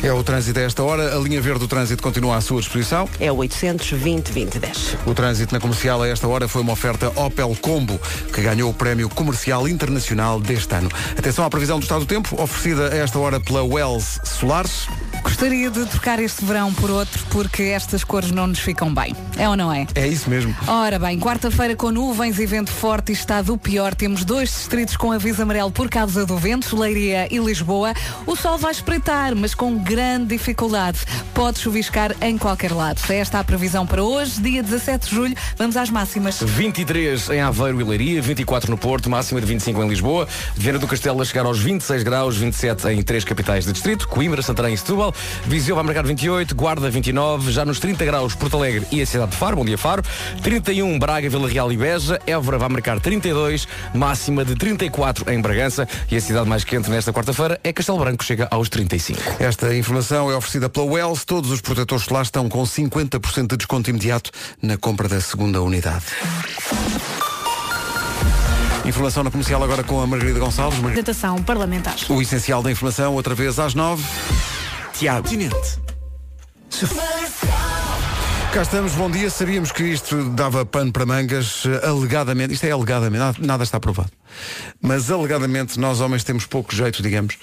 É o trânsito a esta hora. A linha verde do trânsito continua à sua disposição. É o 820 2010. O trânsito na comercial a esta hora foi uma oferta Opel Combo, que ganhou o Prémio Comercial Internacional deste ano. Atenção à previsão do estado do tempo, oferecida a esta hora pela Wells Solares. Gostaria de trocar este verão por outro porque estas cores não nos ficam bem. É ou não é? É isso mesmo. Ora bem, quarta-feira com nuvens e vento forte e está do pior. Temos dois distritos com aviso amarelo por causa do vento, Leiria e Lisboa. O sol vai espreitar, mas com grande dificuldade. Pode chuviscar em qualquer lado. Esta é a previsão para hoje, dia 17 de julho. Vamos às máximas. 23 em Aveiro e Leiria, 24 no Porto, máxima de 25 em Lisboa, Viana do Castelo a chegar aos 26 graus, 27 em três capitais de distrito, Coimbra, Santarém e Setúbal, Viseu vai marcar 28, Guarda 29, já nos 30 graus Porto Alegre e a cidade de Faro, um, bom dia Faro, 31 Braga, Vila Real e Beja, Évora vai marcar 32, máxima de 34 34 em Bragança e a cidade mais quente nesta quarta-feira é Castelo Branco, chega aos 35. Esta informação é oferecida pela Wells. Todos os protetores solares estão com 50% de desconto imediato na compra da segunda unidade. Informação na comercial agora com a Margarida Gonçalves. Margarida. Apresentação parlamentar. O essencial da informação, outra vez às nove. Tiago. Cá estamos, bom dia. Sabíamos que isto dava pano para mangas, eh, alegadamente. Isto é alegadamente, nada, nada está provado. Mas alegadamente nós homens temos pouco jeito, digamos,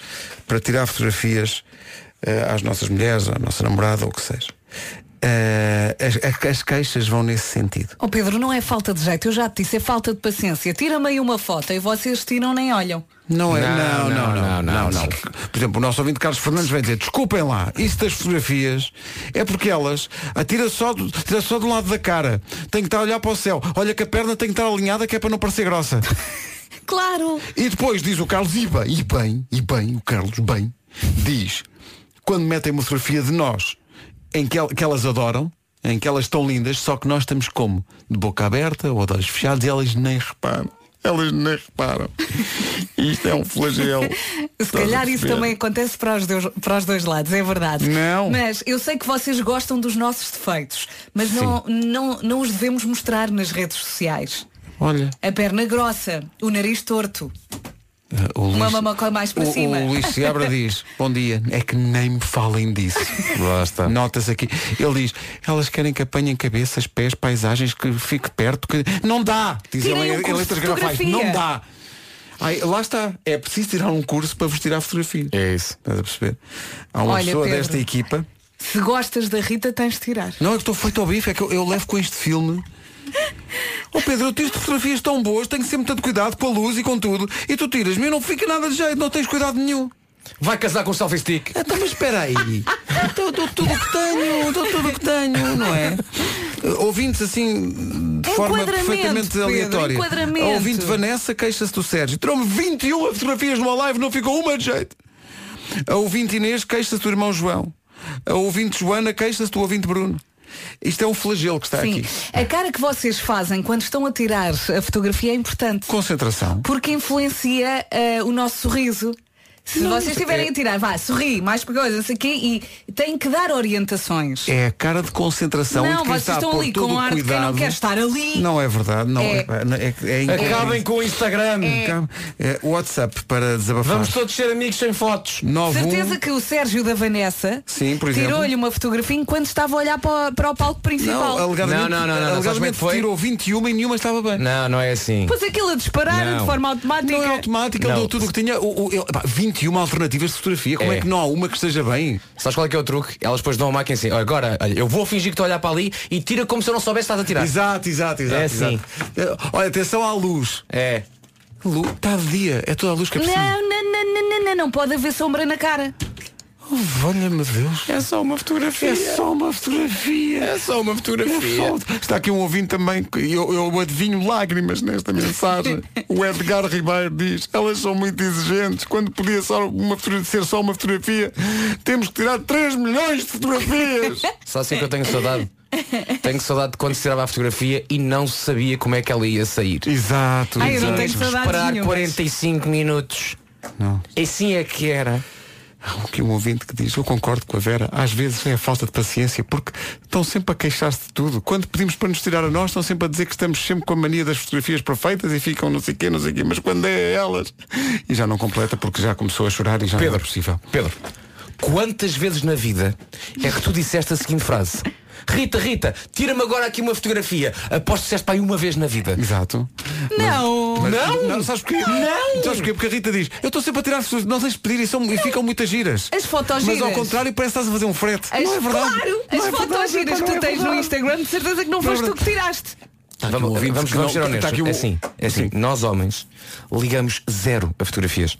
para tirar fotografias eh, às nossas mulheres, à nossa namorada ou o que seja. Eh, as- as- as queixas vão nesse sentido. Oh Pedro, não é falta de jeito, eu já te disse, é falta de paciência. Tira-me aí uma foto e vocês tiram nem olham. Não é, não, não, Não, não, não, não, não, não. Por exemplo, o nosso ouvinte Carlos Fernandes vai dizer, desculpem lá, isso das fotografias é porque elas atira só do, tira só do lado da cara. Tem que estar a olhar para o céu. Olha que a perna tem que estar alinhada que é para não parecer grossa. Claro! E depois diz o Carlos, e bem, e bem, e bem, o Carlos, bem, diz, quando metem uma fotografia de nós, em que, el- que elas adoram, em que elas estão lindas, só que nós estamos como? De boca aberta ou de olhos fechados e elas nem reparam. Elas nem reparam. Isto é um flagelo. Se calhar isso também acontece para os, dois, para os dois lados, é verdade. Não. Mas eu sei que vocês gostam dos nossos defeitos, mas não, não, não os devemos mostrar nas redes sociais. Olha. A perna grossa, o nariz torto, Ah, O uma Luís, mamacoa mais para o, cima. o Luís Seabra diz, bom dia, é que nem me falem disso. Basta. Nota-se aqui. Ele diz, elas querem que apanhem cabeças, pés, paisagens, que fique perto, que. Não dá! Diz Tirem ele um em- em curso letras de grafais. fotografia. Não dá! Ai, lá está, é preciso tirar um curso para vos tirar fotografias. É isso. Estás a perceber? Há uma Olha, pessoa Pedro. desta equipa. Se gostas da Rita, tens de tirar. Não, é que estou feito ao bife, é que eu, eu levo com este filme. Oh Pedro, eu tiro fotografias tão boas, tenho sempre tanto cuidado com a luz e com tudo, e tu tiras-me e não fica nada de jeito, não tens cuidado nenhum. Vai casar com o selfie stick. Então, mas espera aí. Então eu dou tudo o que tenho, dou tudo o que tenho, não é? Uh, Ouvintes assim de forma Enquadramento, perfeitamente Pedro, aleatória. enquadramento. A Ouvinte Vanessa queixa-se do Sérgio. Tirou-me 21 fotografias numa live, não ficou uma de jeito. A ouvinte Inês queixa-se do irmão João. A ouvinte Joana queixa-se do ouvinte Bruno. Isto é um flagelo que está Sim. aqui. A cara que vocês fazem quando estão a tirar a fotografia é importante. Concentração. Porque influencia eh, o nosso sorriso. Se Não, vocês estiverem é- a tirar, vá, sorri, mais coisa, não sei o quê, e têm que dar orientações. É a cara de concentração Não, de quem vocês está a estão pôr ali todo com um o ar de quem não cuidado. quer estar ali. Não é verdade, não É. é. é, é incrível. Acabem com o Instagram. Acabem. É, WhatsApp para desabafar. Vamos todos ser amigos sem fotos. 91. Certeza que o Sérgio da Vanessa Sim, por exemplo. tirou-lhe uma fotografia enquanto estava a olhar para, o- para o palco principal. Não, alegadamente, Não, não, não, não, sabes como é alegadamente que foi? tirou 21 e nenhuma estava bem. Não, não é assim. Pois aquilo a disparar Não. de forma automática. Não é automática, ele deu tudo o que tinha. O, o- ele- pá, 21 alternativas de fotografia. Como é. que não há uma que esteja bem? Sabes qual é que é o truque? Elas depois dão a máquina assim, "Olha, agora, olha, eu vou fingir que estou a olhar para ali e tira como se eu não soubesse que estás a tirar. Exato, exato, exato. É assim. exato. Olha, atenção à luz. É. Luz, está de dia. É toda a luz que é preciso. Não, não, não, não, não, não, não pode haver sombra na cara. Oh, valha-me Deus. É só uma fotografia. É só uma fotografia. É só uma fotografia. Está aqui um ouvinte também, que eu, eu adivinho lágrimas nesta mensagem. o Edgar Ribeiro diz, elas são muito exigentes. Quando podia só uma, foto- ser só uma fotografia, temos que tirar 3 milhões de fotografias. Só assim que eu tenho saudade. Tenho saudade de quando se tirava a fotografia e não se sabia como é que ela ia sair. Exato. Ai, eu não exato. tenho saudades Esperar nenhumas. 45 minutos. Não. E sim é que era. Há aqui um ouvinte que diz, eu concordo com a Vera, às vezes é a falta de paciência, porque estão sempre a queixar-se de tudo. Quando pedimos para nos tirar a nós, estão sempre a dizer que estamos sempre com a mania das fotografias perfeitas e ficam não sei quê, não sei quê, mas quando é a elas. E já não completa porque já começou a chorar e já não é possível. Pedro, quantas vezes na vida é que tu disseste a seguinte frase? Rita, Rita, tira-me agora aqui uma fotografia. Aposto que disseste para aí uma vez na vida. Exato. Não! Mas- não! não! Sabes porquê? Não! Sabes porquê? Porque a Rita diz, eu estou sempre a tirar as pessoas, não tens de pedir e, são, e ficam muitas giras. As fotogiras. Mas ao contrário parece que estás a fazer um frete. As, não é verdade. Claro, Não as é verdade, fotogiras que não é tu tens no verdade. Instagram, de certeza que não Não é foste tu que tiraste. um Vamos, ouvinte vamos, que vamos ser não- está honestos. aqui um- É assim, é assim. Nós homens ligamos zero a fotografias.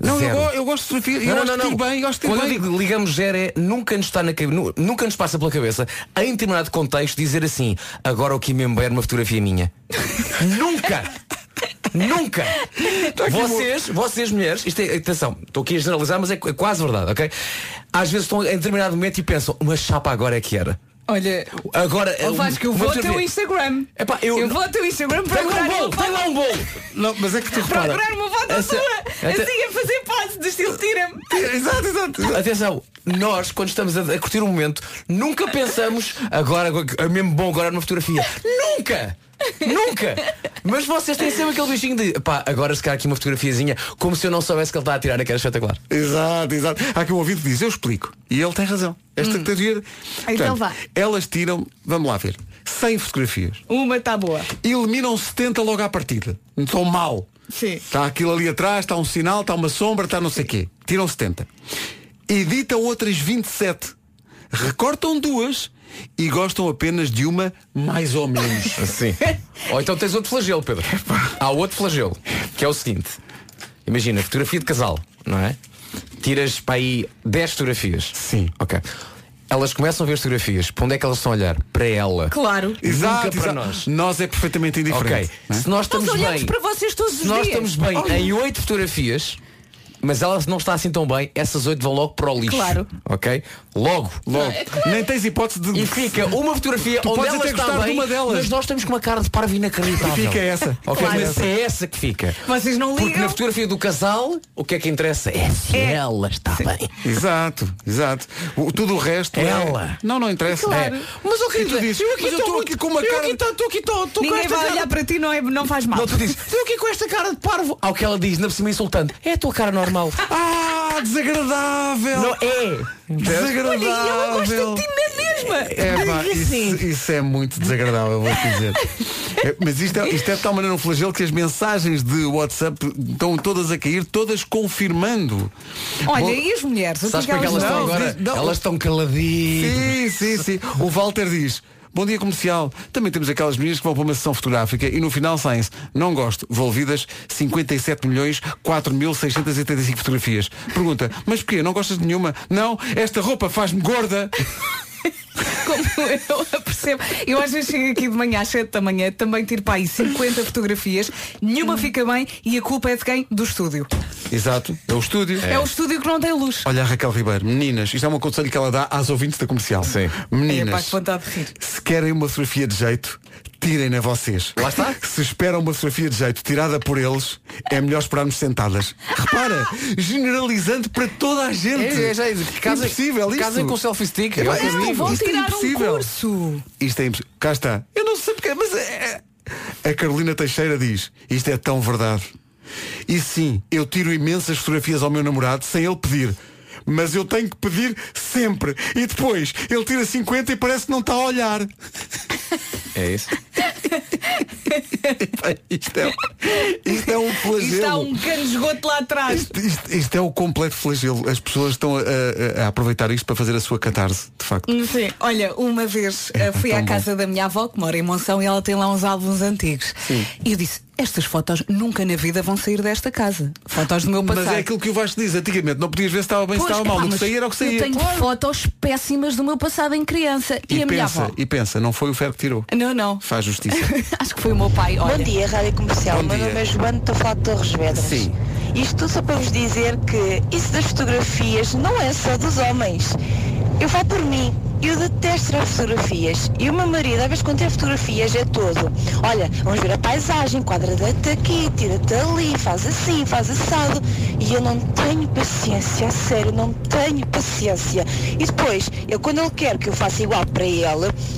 Não, eu, zero. go- eu gosto de fotografia, eu gosto de ter bem, eu gosto de ter Quando bem. eu digo ligamos zero é nunca nos está na cabe- nu- nunca nos passa pela cabeça, em determinado contexto, dizer assim, agora o que mesmo era uma fotografia minha. nunca! Nunca! Vocês, vocês mulheres, isto é, atenção, estou aqui a generalizar, mas é, qu- é quase verdade, ok? Às vezes estão em determinado momento e pensam, uma chapa agora é que era. Olha, Agora, É um um, oh Vasco, eu vou ao vamos teu ver. Instagram. Epá, eu- vou ao teu Instagram Tem lá procurar um bolo, ele. tem lá um bolo. Não, mas é que tu repara. Procurar uma foto Essa- sua, até- assim a fazer passo do estilo tira-me. Exato, exato. Atenção, nós, quando estamos a, a curtir um momento, nunca pensamos agora, é mesmo bom agora numa fotografia. Nunca! Nunca! Mas vocês têm sempre aquele bichinho de pá, agora se calhar aqui uma fotografiazinha, como se eu não soubesse que ele está a tirar, é que era espetacular. Exato, exato. Há aqui um ouvido que diz, eu explico. E ele tem razão. Hum. Esta que tem dinheiro. Então Portanto, vá. Elas tiram, vamos lá ver, 100 fotografias. Uma está boa. Eliminam 70 logo à partida. Estão mal. Sim. Está Tá aquilo ali atrás, está um sinal, está uma sombra, está não sei o quê. Tiram 70. Editam outras 27. Recortam duas e gostam apenas de uma mais ou menos. Assim. Ou então tens outro flagelo, Pedro. Há outro flagelo, que é o seguinte. Imagina, fotografia de casal, não é? Tiras para aí 10 fotografias. Sim. Ok. Elas começam a ver as fotografias. Para onde é que elas estão a olhar? Para ela. Claro. Exato, Exato, Nunca para exato. nós. Nós é perfeitamente indiferente. é? Ok. Se nós estamos Nós olhamos bem. para vocês todos Se os nós dias. Oh. estamos bem Olha, em 8 fotografias, mas ela não está assim tão bem, essas 8 vão logo para o lixo. Claro. Ok? Logo. Logo. Nem tens hipótese de. E fica uma fotografia Tu onde podes ela até está gostar de bem, uma delas. mas nós estamos com uma cara de parvo inacreditável. E fica essa. Ok, Claro. mas é essa que fica. Vocês não Porque na ligam. fotografia do casal, o que é que interessa é se É. ela está bem. Exato, exato. O- tudo o resto. é- Ela. Não, não interessa. Claro. É. Mas eu E tu dizes, eu aqui mas eu estou estou aqui com uma eu cara. aqui estou- estou aqui estou- estou com Ninguém esta vai cara. olhar para ti, não, é, não faz mal. Não, tu dizes, estou aqui com esta cara de parvo. Ao que ela diz, na cima insultante, é a tua cara normal. Ah, desagradável! não é? Olha, e Desagradável! ela gosta de ti assim. na mesma. É, pá, isso, isso é muito desagradável, vou-te dizer. É, mas isto é, isto é de tal maneira um flagelo que as mensagens de WhatsApp estão todas a cair, todas confirmando. Olha, Bom, e as mulheres? O que é Sabes que como é que elas elas estão não? agora? diz- não. Elas estão caladinhas. Sim, sim, sim. O Walter diz. Bom dia comercial. Também temos aquelas meninas que vão para uma sessão fotográfica e no final saem-se. Não gosto. Volvidas 57 milhões 4.685 fotografias. Pergunta, mas porquê? Não gostas de nenhuma? Não, esta roupa faz-me gorda. Como eu a percebo. Eu às vezes chego aqui de manhã às 7 da manhã, também tiro para aí 50 fotografias, nenhuma fica bem e a culpa é de quem? Do estúdio. Exato. É o estúdio. É, o estúdio que não tem luz. Olha a Raquel Ribeiro, meninas, isto é um conselho que ela dá às ouvintes da comercial. Sim. É pá, Meninas, que vontade de rir. se querem uma fotografia de jeito, tirem-na vocês. Lá está. Se esperam uma fotografia de jeito tirada por eles, é melhor esperarmos sentadas. Repara, generalizando para toda a gente. Casem- impossível isto. Casem com o selfie stick. É é o pá, que eu não, digo. Vão Isto é tirar um impossível. curso. Isto é impossível. Cá está. Eu não sei porque, mas é- é- a Carolina Teixeira diz, isto é tão verdade. E sim, eu tiro imensas fotografias ao meu namorado sem ele pedir. Mas eu tenho que pedir sempre. E depois, ele tira 50 e parece que não está a olhar. É isso. Epá, Isto é, isto é um flagelo. E está um cano de esgoto lá atrás. Isto, isto- isto é o completo flagelo. As pessoas estão a, a- a aproveitar isto para fazer a sua catarse, de facto. Sim. Olha, uma vez eh, fui É, tão à bom. casa da minha avó, que mora em Monção, e ela tem lá uns álbuns antigos. E eu disse, estas fotos nunca na vida vão sair desta casa. Fotos do meu Mas passado. é aquilo que o Vasco diz. Antigamente não podias ver se estava bem, se Pois, estava mal. epá, O que mas saía era o que saía. Eu tenho fotos péssimas do meu passado em criança. E, E, a minha pensa, avó. e pensa, não foi o ferro que tirou. Não, não. Faz justiça. Acho que foi o meu pai. Olha. Bom dia, Rádio Comercial. Bom Meu dia. nome é Joana, estou a falar de Torres Vedras. Sim. Isto só para vos dizer que isso das fotografias não é só dos homens. Eu falo por mim. Eu detesto tirar fotografias. E o meu marido, às vezes, quando tem fotografias, é todo. Olha, vamos ver a paisagem, quadra-te aqui, tira-te ali, faz assim, faz assado. E eu não tenho paciência, a sério, não tenho paciência. E depois, eu quando ele quer que eu faça igual para ele,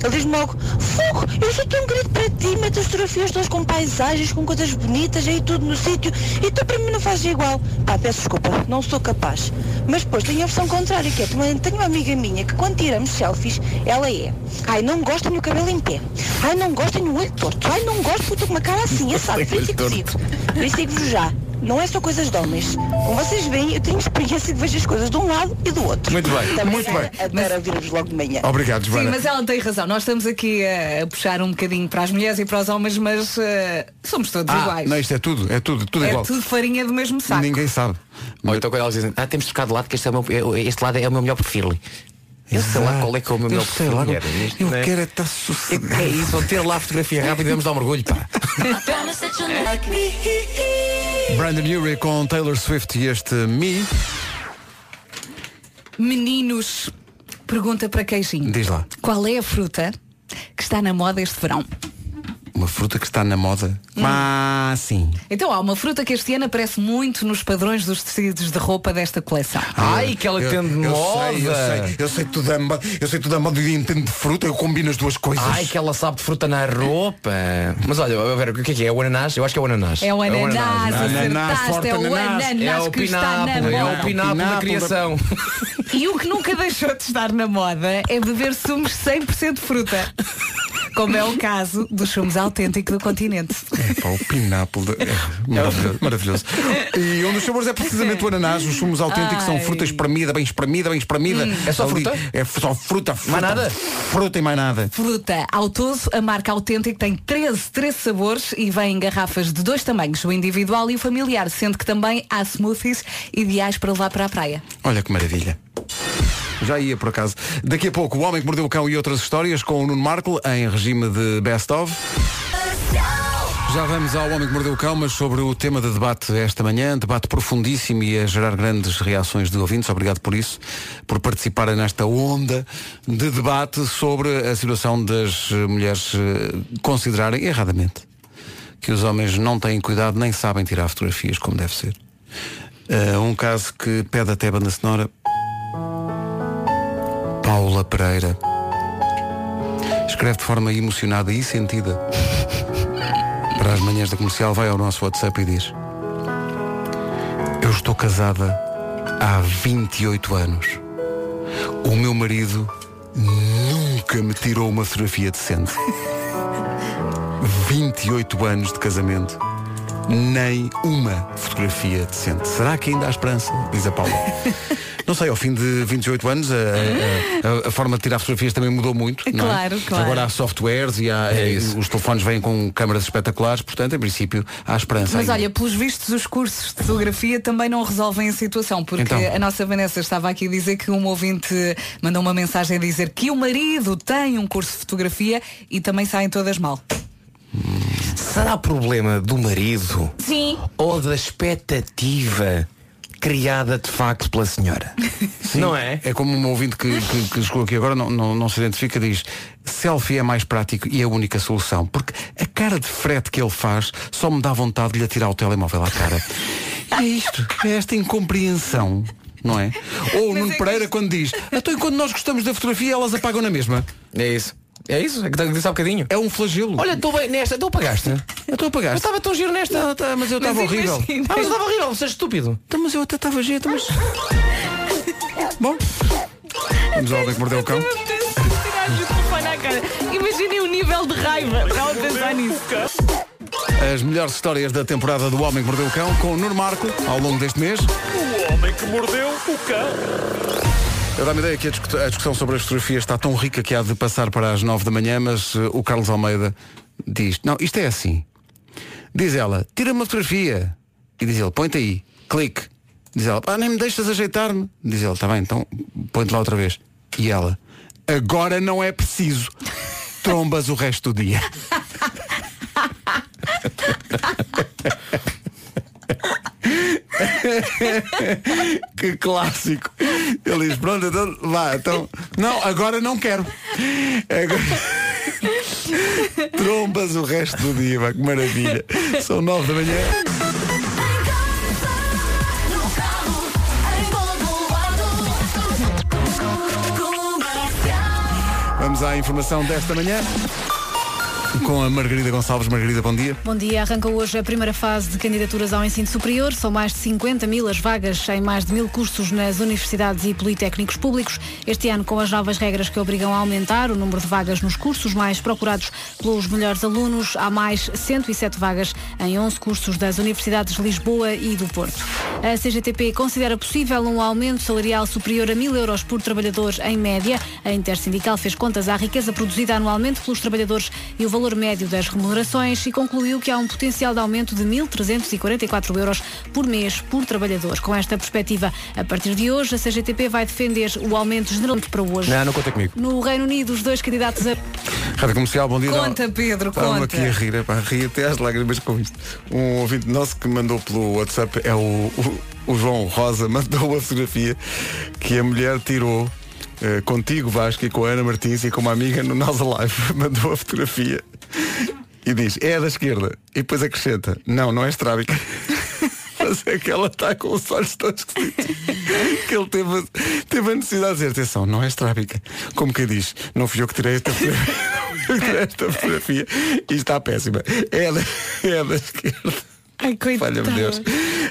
ele diz-me logo, fogo, eu sou tão querido para ti, meto as fotografias todas assim com paisagens, com coisas bonitas, aí tudo no sítio, e tu para mim não fazes igual. Pá, peço desculpa, não sou capaz. Mas depois tenho a versão contrária, que é, também tenho uma amiga minha que quando tiramos selfies, ela é, ai, não gosto tenho o cabelo em pé, ai, não gosto tenho o olho torto, ai, não gosto porque estou com uma cara assim, assado, frente e cozido. Por isso digo-vos já, não é só coisas de homens. Como vocês veem, eu tenho experiência de ver as coisas de um lado e do outro. Muito bem, Também muito bem. Adoro ouvir-vos logo de manhã. Obrigado, Sim, Joana. mas ela tem razão. Nós estamos aqui eh, a, puxar um bocadinho para as mulheres e para os homens, mas eh, somos todos Ah, iguais. não, isto é tudo, é tudo, tudo é igual. tudo farinha do mesmo saco. Ninguém sabe. Ou então quando elas dizem, ah, temos de trocar de lado, que este, é o meu, este lado é o meu melhor perfil. Eu sei lá qual é que é o meu Eu melhor sei perfil. lá, mulher. Isto eu não é- quero é estar sossegado. É isso, vou ter lá a fotografia rápida e vamos dar um mergulho, pá. Brandon Urie com Taylor Swift e este Me. Meninos, Pergunta para queijinho. Diz lá. Qual é a fruta que está na moda este verão? Uma fruta que está na moda. Hum. Mas sim. Então há uma fruta que este ano aparece muito nos padrões dos tecidos de roupa desta coleção. Ai, que ela tem de eu moda. Sei, eu sei, eu sei tudo a moda, eu sei tudo a moda e entendo de fruta, eu combino as duas coisas. Ai, que ela sabe de fruta na roupa. Mas olha, a ver, o que é que é? É o ananás? Eu acho que é o ananás. É o ananás, acertaste, forte é o ananás É o que está na pináculo, é moda. o pináculo da Pináculo. criação. E o que nunca deixou de estar na moda é beber sumos 100% de fruta. Como é o caso dos sumos autênticos do continente. Pá, o pináculo de- é maravilhoso, maravilhoso. E um dos sabores é precisamente o ananás. Os sumos autênticos são Ai. fruta espremida, bem espremida, bem espremida. Hum. É só Ali- fruta? É f- só fruta, fruta. nada? Fruta e mais nada. Fruta ao todo, a marca autêntica tem 13, 13 sabores e vem em garrafas de dois tamanhos, o individual e o familiar, sendo que também há smoothies ideais para levar para a praia. Olha que maravilha. Já ia por acaso. Daqui a pouco, O Homem que Mordeu o Cão e outras histórias com o Nuno Marco em regime de best of. Já vamos ao Homem que Mordeu o Cão, mas sobre o tema de debate esta manhã, debate profundíssimo e a gerar grandes reações de ouvintes. Obrigado por isso, por participarem nesta onda de debate sobre a situação das eh, mulheres eh, considerarem erradamente que os homens não têm cuidado nem sabem tirar fotografias como deve ser. Eh, um caso que pede até banda sonora. Paula Pereira escreve de forma emocionada e sentida para as manhãs da comercial, vai ao nosso WhatsApp e diz Eu estou casada há 28 anos. O meu marido nunca me tirou uma fotografia decente. 28 anos de casamento, nem uma fotografia decente. Será que ainda há esperança? Diz a Paula. Não sei, ao fim de 28 anos a, a- a- a forma de tirar fotografias também mudou muito. não é? Claro, claro. Agora há softwares e, É há, e os telefones vêm com câmaras espetaculares, portanto, em princípio, há esperança. Mas ainda. olha, pelos vistos, os cursos de fotografia também não resolvem a situação, porque Então. a nossa Vanessa estava aqui a dizer que um ouvinte mandou uma mensagem a dizer que o marido tem um curso de fotografia e também saem todas mal. Será problema do marido Sim. ou da expectativa criada de facto pela senhora? Sim, Não é? É como um ouvinte que, que, que chegou aqui agora, não, não, não se identifica, diz selfie é mais prático e é a única solução. Porque a cara de frete que ele faz só me dá vontade de lhe atirar o telemóvel à cara. é isto, é esta incompreensão. Não é? Ou o Nuno Pereira quando diz, então enquanto nós gostamos da fotografia, elas apagam na mesma. É isso. É isso, é que tenho que dizer há bocadinho. É um flagelo. Olha, estou bem nesta, então pagaste. Eu estou a pagar. Eu estava tão giro nesta. Não, tá, mas eu estava horrível. Ah, mas eu estava horrível, você é estúpido. Então, mas eu até estava jeito, mas. Bom. Vamos ao homem que mordeu o cão. Imaginem o nível de raiva. Estava a pensar nisso. As melhores histórias da temporada do Homem que Mordeu o Cão com o Nuno Marco ao longo deste mês. O homem que mordeu o cão. Eu dá-me ideia que a, discu- a discussão sobre as fotografias está tão rica que há de passar para as 9 da manhã, mas eh, o Carlos Almeida diz, não, isto é assim. Diz ela, tira uma fotografia. E diz ele, põe-te aí, clique. Diz ela, ah, nem me deixas ajeitar-me. Diz ele, está bem, então põe-te lá outra vez. E ela, agora não é preciso. Trombas o resto do dia. que clássico. Ele diz, pronto, então vá, então. Não, agora não quero. Agora- Trombas o resto do dia, vá, que maravilha. São nove da manhã. Vamos à informação desta manhã. Com a Margarida Gonçalves. Margarida, bom dia. Bom dia, arranca hoje a primeira fase de candidaturas ao ensino superior. São mais de 50 mil as vagas em mais de mil cursos nas universidades e politécnicos públicos. Este ano, com as novas regras que obrigam a aumentar o número de vagas nos cursos mais procurados pelos melhores alunos, há mais 107 vagas em 11 cursos das universidades de Lisboa e do Porto. A CGTP considera possível um aumento salarial superior a mil euros por trabalhador em média. A Intersindical fez contas à riqueza produzida anualmente pelos trabalhadores e o valor médio das remunerações e concluiu que há um potencial de aumento de 1.344 euros por mês por trabalhador. Com esta perspectiva, a partir de hoje, a CGTP vai defender o aumento general para hoje. Não, não conta comigo. No Reino Unido, os dois candidatos a... Rádio Comercial, bom dia. Conta, Pedro, Estava conta. aqui a rir, epá, ri até às lágrimas com isto. Um ouvinte nosso que mandou pelo WhatsApp é o, o- o João Rosa, mandou uma fotografia que a mulher tirou eh, contigo Vasco e com a Ana Martins e com uma amiga no Nós Alive mandou a fotografia e diz, é a da esquerda. E depois acrescenta, não, não é estrábica. Mas é que ela está com os olhos todos esquisitos. Que ele teve, teve a necessidade de dizer, atenção, não é estrábica. Como que diz, não fui eu que tirei esta fotografia. Eu tirei esta fotografia e está péssima. É a da, é a da esquerda. Ai, é coitado. me Deus.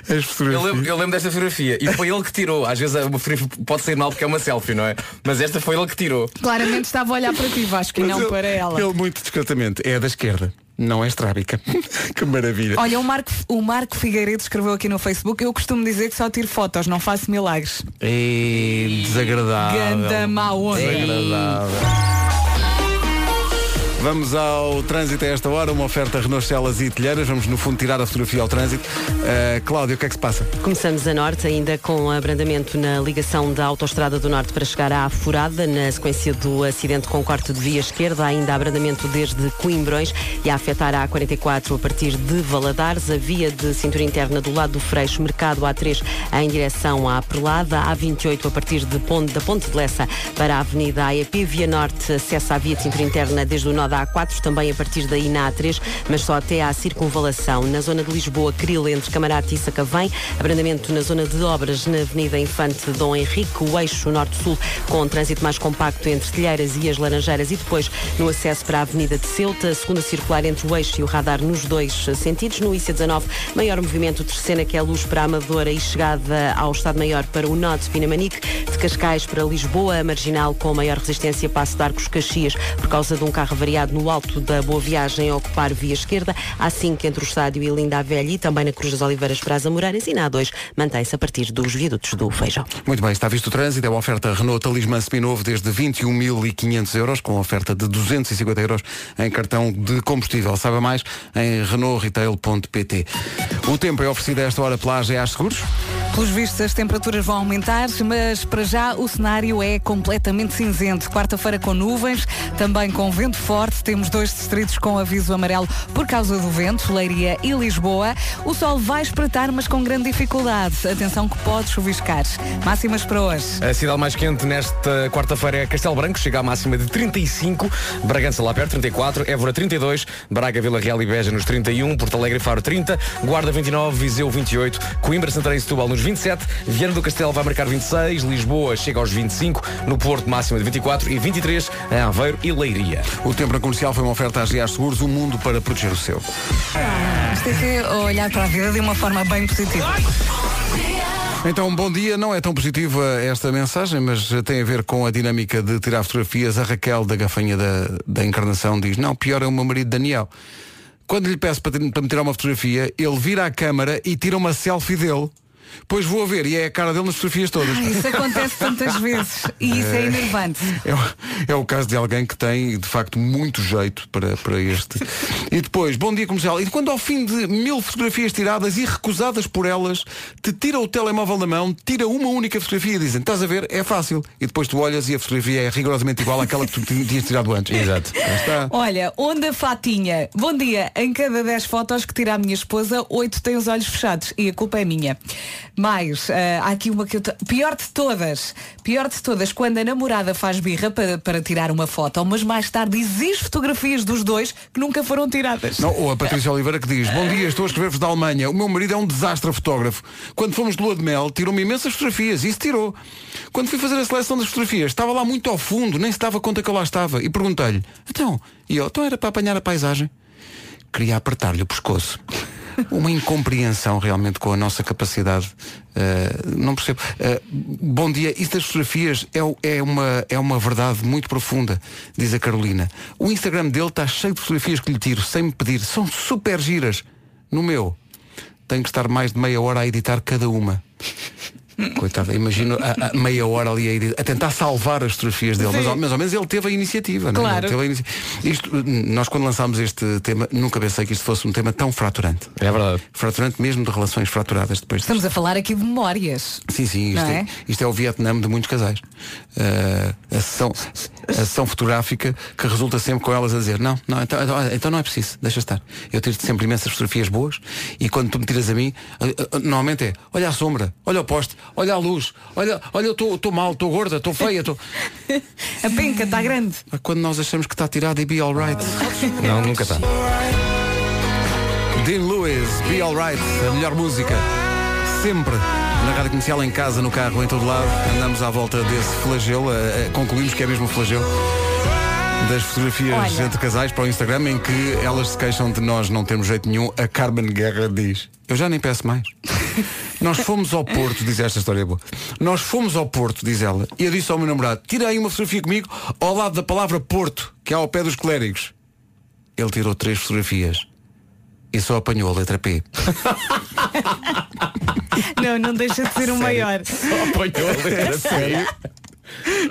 As Eu um lembro, eu lembro desta fotografia e foi ele que tirou. Às vezes uma fotografia pode sair mal porque é uma selfie, não é? Mas esta foi ele que tirou. Claramente estava a olhar para ti, Vasco, e Mas não ele- para ela. Ele muito discretamente é da esquerda, não é estrábica. que maravilha. Olha, o Marco, o Marco Figueiredo escreveu aqui no Facebook, eu costumo dizer que só tiro fotos, não faço milagres. E desagradável. Ganda má onda. Desagradável. Vamos ao trânsito a esta hora, uma oferta Renault Celas e Telheiras. Vamos, no fundo, tirar a fotografia ao trânsito. Eh, Cláudio, o que é que se passa? Começamos a norte, ainda com abrandamento na ligação da Autostrada do Norte para chegar à Furada, na sequência do acidente com corte de via esquerda, ainda abrandamento desde Coimbrões e a afetar a A44 a partir de Valadares, a via de cintura interna do lado do Freixo, Mercado A3 em direção à Perlada, A28 a partir de Ponte, da Ponte de Lessa para a Avenida AEP, via norte, acesso à via de cintura interna desde o nó da A4, também a partir daí na A3, mas só até à circunvalação. Na zona de Lisboa, Cril, entre Camarate e Sacavém, abrandamento na zona de obras na Avenida Infante Dom Henrique, o eixo norte-sul com um trânsito mais compacto entre Telheiras e as Laranjeiras e depois no acesso para a Avenida de Ceuta, segunda circular entre o eixo e o radar nos dois sentidos. No IC19, maior movimento de Terceira, que é a luz para a Amadora e chegada ao Estado-Maior para o Norte de Pinamanique, de Cascais para Lisboa, a marginal com maior resistência Passo de Arcos Caxias por causa de um carro variado no alto da Boa Viagem a ocupar via esquerda, a 5 entre o Estádio e Linda a Velha e também na Cruz das Oliveiras para as Amoreiras e na A2 mantém-se a partir dos viadutos do Feijão. Muito bem, está visto o trânsito. É uma oferta Renault Talismã Seminovo desde 21.500 euros, com oferta de 250 euros em cartão de combustível. Saiba mais em renaultretail.pt. O tempo é oferecido a esta hora pela AGA Seguros. Pelos vistos, as temperaturas vão aumentar, mas para já o cenário é completamente cinzento. Quarta-feira com nuvens, também com vento forte. Temos dois distritos com aviso amarelo por causa do vento, Leiria e Lisboa. O sol vai espreitar, mas com grande dificuldade. Atenção que pode chuviscar. Máximas para hoje. A cidade mais quente nesta quarta-feira é Castelo Branco, chega à máxima de 35, Bragança lá perto 34, Évora 32, Braga, Vila Real e Beja nos 31, Porto Alegre e Faro 30, Guarda 29, Viseu 28, Coimbra, Santarém e Setúbal nos 27, Viana do Castelo vai marcar 26, Lisboa chega aos 25, no Porto máxima de 24 e 23 em Aveiro e Leiria. O tempo na comercial foi uma oferta às GA Seguros, o mundo para proteger o seu. Isto é que é olhar para a vida de uma forma bem positiva. Então, bom dia. Não é tão positiva esta mensagem, mas tem a ver com a dinâmica de tirar fotografias. A Raquel, da gafanha da, da encarnação, diz, não, pior é o meu marido Daniel. Quando lhe peço para, para me tirar uma fotografia, ele vira a câmara e tira uma selfie dele. Pois vou a ver, e é a cara dele nas fotografias todas. Ah, Isso acontece tantas vezes e isso é É. enervante. É o, é o caso de alguém que tem, de facto, muito jeito para, para este. E depois, bom dia comercial. E quando ao fim de mil fotografias tiradas e recusadas por elas, te tira o telemóvel da mão, tira uma única fotografia e dizem, estás a ver, é fácil. E depois tu olhas e a fotografia é rigorosamente igual àquela que tu tinhas tirado antes. Exato. está. Olha, onda fatinha. Bom dia. Em cada 10 fotos que tira a minha esposa, 8 têm os olhos fechados e a culpa é minha. Mais, ah, há aqui uma que eu. te- Pior de todas. Pior de todas, quando a namorada faz birra para, para tirar uma foto, mas mais tarde exige fotografias dos dois que nunca foram tiradas. Não, ou a Patrícia Oliveira que diz Bom dia, estou a escrever-vos da Alemanha O meu marido é um desastre fotógrafo Quando fomos de lua de mel, tirou-me imensas fotografias Isso tirou Quando fui fazer a seleção das fotografias Estava lá muito ao fundo, nem se dava conta que eu lá estava E perguntei-lhe Então, e eu, então era para apanhar a paisagem Queria apertar-lhe o pescoço uma incompreensão realmente com a nossa capacidade. Uh, não percebo. Uh, bom dia, isso das fotografias é, o- é uma, é uma verdade muito profunda, diz a Carolina. O Instagram dele está cheio de fotografias que lhe tiro, sem me pedir. São super giras. No meu, tenho que estar mais de meia hora a editar cada uma. Coitado, imagino a, a meia hora ali a, editar, a tentar salvar as fotografias dele, mas ao, mas ao menos ele teve a iniciativa. não é? Claro. Ele teve a inici- Isto, nós quando lançámos este tema, nunca pensei que isto fosse um tema tão fraturante. É verdade. Fraturante mesmo de relações fraturadas depois. Estamos a falar aqui de memórias. Sim, sim, isto Não é? é? isto é o Vietnã de muitos casais. Ah, a, sessão, a sessão fotográfica que resulta sempre com elas a dizer não, não então, então- então não é preciso, deixa estar. Eu tiro sempre imensas fotografias boas e quando tu me tiras a mim, ah, ah, normalmente é olha a sombra, olha o poste, olha a luz, olha, olha, eu estou mal, estou gorda, estou feia, estou. A penca está grande. Quando nós achamos que está tirada e be alright. Não, nunca está. Dean Lewis, Be Alright, a melhor música. Sempre na rádio comercial, em casa, no carro, em todo lado. Andamos à volta desse flagelo, eh, eh, concluímos que é mesmo um flagelo. Das fotografias Olha. entre casais para o Instagram em que elas se queixam de nós não termos jeito nenhum, a Carmen Guerra diz: Eu já nem peço mais. Nós fomos ao Porto, diz esta história boa. Nós fomos ao Porto, diz ela, e eu disse ao meu namorado: Tirei uma fotografia comigo ao lado da palavra Porto, que há ao pé dos clérigos. Ele tirou três fotografias e só apanhou a letra P. Não, não deixa de ser o maior. apanhou a letra P.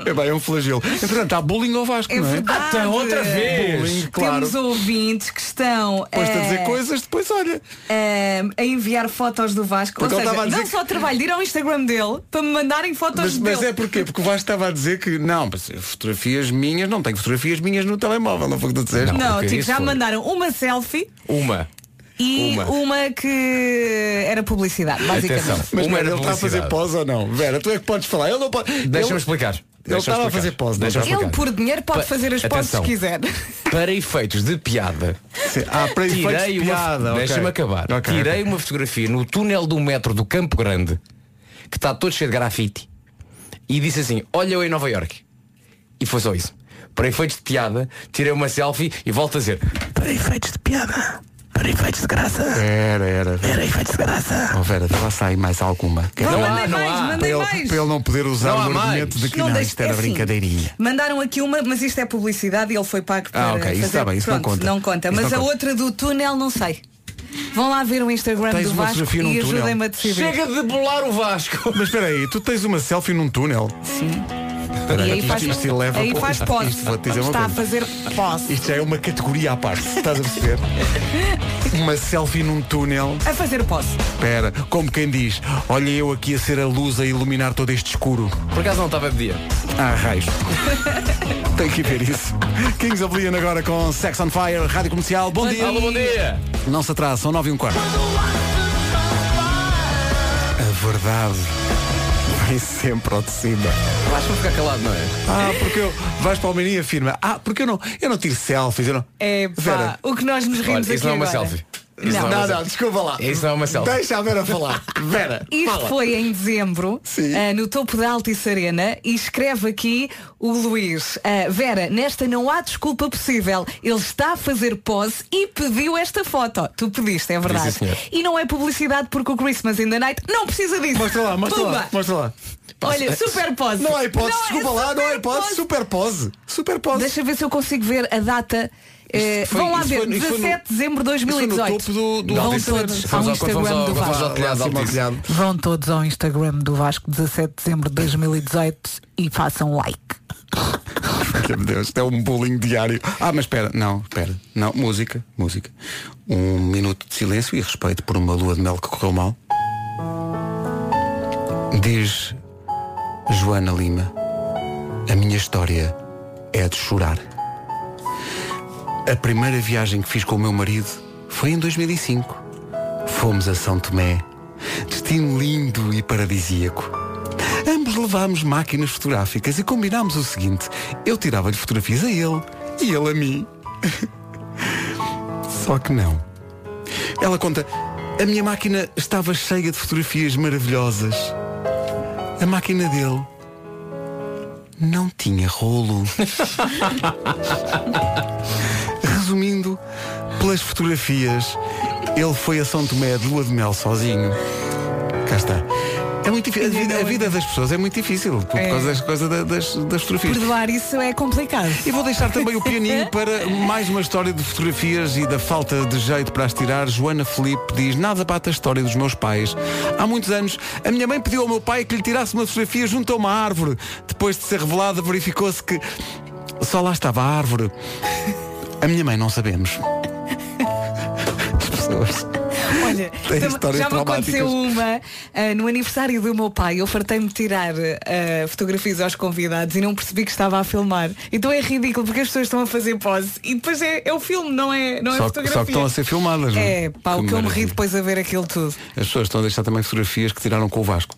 É bem, é um flagelo. Entretanto, há bullying ao Vasco, É não é? verdade. Bullying, claro. um- Temos ouvintes que estão Depois-te a eh, É. dizer coisas, depois olha. eh, a enviar fotos do Vasco. Porque Ou ele seja, estava a dizer dão que- só o trabalho de ir ao Instagram dele para me mandarem fotos Mas, dele. mas é porquê? Porque o Vasco estava a dizer que não, mas fotografias minhas, não tenho fotografias minhas no telemóvel, não foi o que tu disseste. Não, tipo, já me mandaram uma selfie é Uma. e uma. Uma. que era publicidade, basicamente. Atenção, mas Uma Vera, era ele está a fazer publicidade. pose ou não? Vera, tu é que podes falar. Ele não pode. Deixa-me ele- explicar. Ele Deixa-me estava a explicar. fazer pose, não Deixa-me estava? Ele por dinheiro pode Pa- fazer as poses que Atenção. quiser. Para efeitos de piada. Ah, para efeitos tirei de uma- piada, ok. Deixa-me acabar. Ok, tirei ok. uma fotografia no túnel do metro do Campo Grande, que está todo cheio de grafite, e disse assim, olha eu em Nova Iorque. E foi só isso. Para efeitos de piada, tirei uma selfie e volto a dizer, para efeitos de piada, para efeitos de graça. Era, era. Era efeitos de graça. Oh, Vera, estava a sair mais alguma. Não há, Mandem não mais, há. mandem Para ele, mais. para ele não poder usar Não há o argumento mais. de que Não não, deixe- isto era é assim. brincadeirinha. Mandaram aqui uma, mas isto é publicidade e ele foi pago para Ah, ok, isso fazer. está bem, isso não Pronto, conta. Não conta. Isso mas não a conta. outra do túnel não sei. Vão lá ver o Instagram Tens do uma Vasco fotografia num e túnel. ajudem-me a decidir. Chega de bolar o Vasco. Mas espera aí, tu tens uma selfie num túnel? Sim. Espera E aí, aí isto, faz- isto eleva aí para- faz isto- pose. Isto, vou-te dizer uma Está a coisa. fazer pose. Isto já é uma categoria à parte, estás a perceber? uma selfie num túnel. A fazer pose. Espera, como quem diz, olha eu aqui a ser a luz a iluminar todo este escuro. Por acaso não estava a pedir. Ah, raios. Tem que ver isso. Kings of Leon agora com Sex on Fire, Rádio Comercial. Bom, dia. Alô, bom dia. Não se atrasa, são 9 e um quarto. A verdade vem sempre ao de cima. Vasco vai ficar calado, não é? Ah, porque eu vais para o menino e afirma, ah, porque eu não, eu não tiro selfies, eu não. É Vera. pá, o que nós nos rimos Olha, aqui isso não é uma agora. selfie. Isso não, não não, é uma não, selfie. desculpa lá. Isso não é uma selfie. Deixa a Vera falar. Vera. Isto fala. foi em dezembro, ah, no topo da Altice Arena, e escreve aqui o Luís. ah, Vera, nesta não há desculpa possível. Ele está a fazer pose e pediu esta foto. Tu pediste, é verdade. sim, senhor. e não é publicidade porque o Christmas in the Night não precisa disso. Mostra lá, mostra Pumba. lá, mostra lá. Olha, super pose. Não há hipótese, Não, é desculpa lá, não há super hipótese, pose. super pose. Super pose. Deixa ver se eu consigo ver a data. Eh, Isto foi- vão lá isso ver, foi- isso foi no- 17 de dezembro de isso foi no 2018. topo do- do vão Altice Arena. todos Fomos ao ao- Instagram fomos ao- do fomos ao Vasco. telhado Lá do acima ao Altice. telhado. Vão todos ao Instagram do Vasco, 17 de dezembro de 2018 e façam like. Meu Deus, isto é um bullying diário. Ah, mas espera, não, espera. Não, música, música. Um minuto de silêncio e respeito por uma lua de mel que correu mal. Diz Joana Lima, a minha história é de chorar. A primeira viagem que fiz com o meu marido foi em 2005. Fomos a São Tomé. Destino lindo e paradisíaco. Ambos levámos máquinas fotográficas e combinámos o seguinte. Eu tirava-lhe fotografias a ele e ele a mim. Só que não. Ela conta, a minha máquina estava cheia de fotografias maravilhosas. A máquina dele não tinha rolo. Resumindo, pelas fotografias, ele foi a São Tomé de lua de mel sozinho. Cá está. É muito difícil. A vida, a vida das pessoas é muito difícil por É. causa das, coisa da- das, das fotografias. Perdoar isso é complicado. E vou deixar também o pianinho para mais uma história de fotografias e da falta de jeito para as tirar. Joana Felipe diz nada bate a história dos meus pais. Há muitos anos, a minha mãe pediu ao meu pai que lhe tirasse uma fotografia junto a uma árvore. Depois de ser revelada, verificou-se que só lá estava a árvore. A minha mãe não sabemos. As pessoas. Olha, Tem tam- histórias já me aconteceu traumáticas. uma ah, no aniversário do meu pai. Eu fartei-me de tirar ah, fotografias aos convidados e não percebi que estava a filmar. Então é ridículo porque as pessoas estão a fazer pose e depois é, é o filme, não é, não é Só que- fotografia. só que estão a ser filmadas, não é? É, pá, o Que que eu me ri maravilha. depois a ver aquilo tudo. As pessoas estão a deixar também fotografias que tiraram com o Vasco.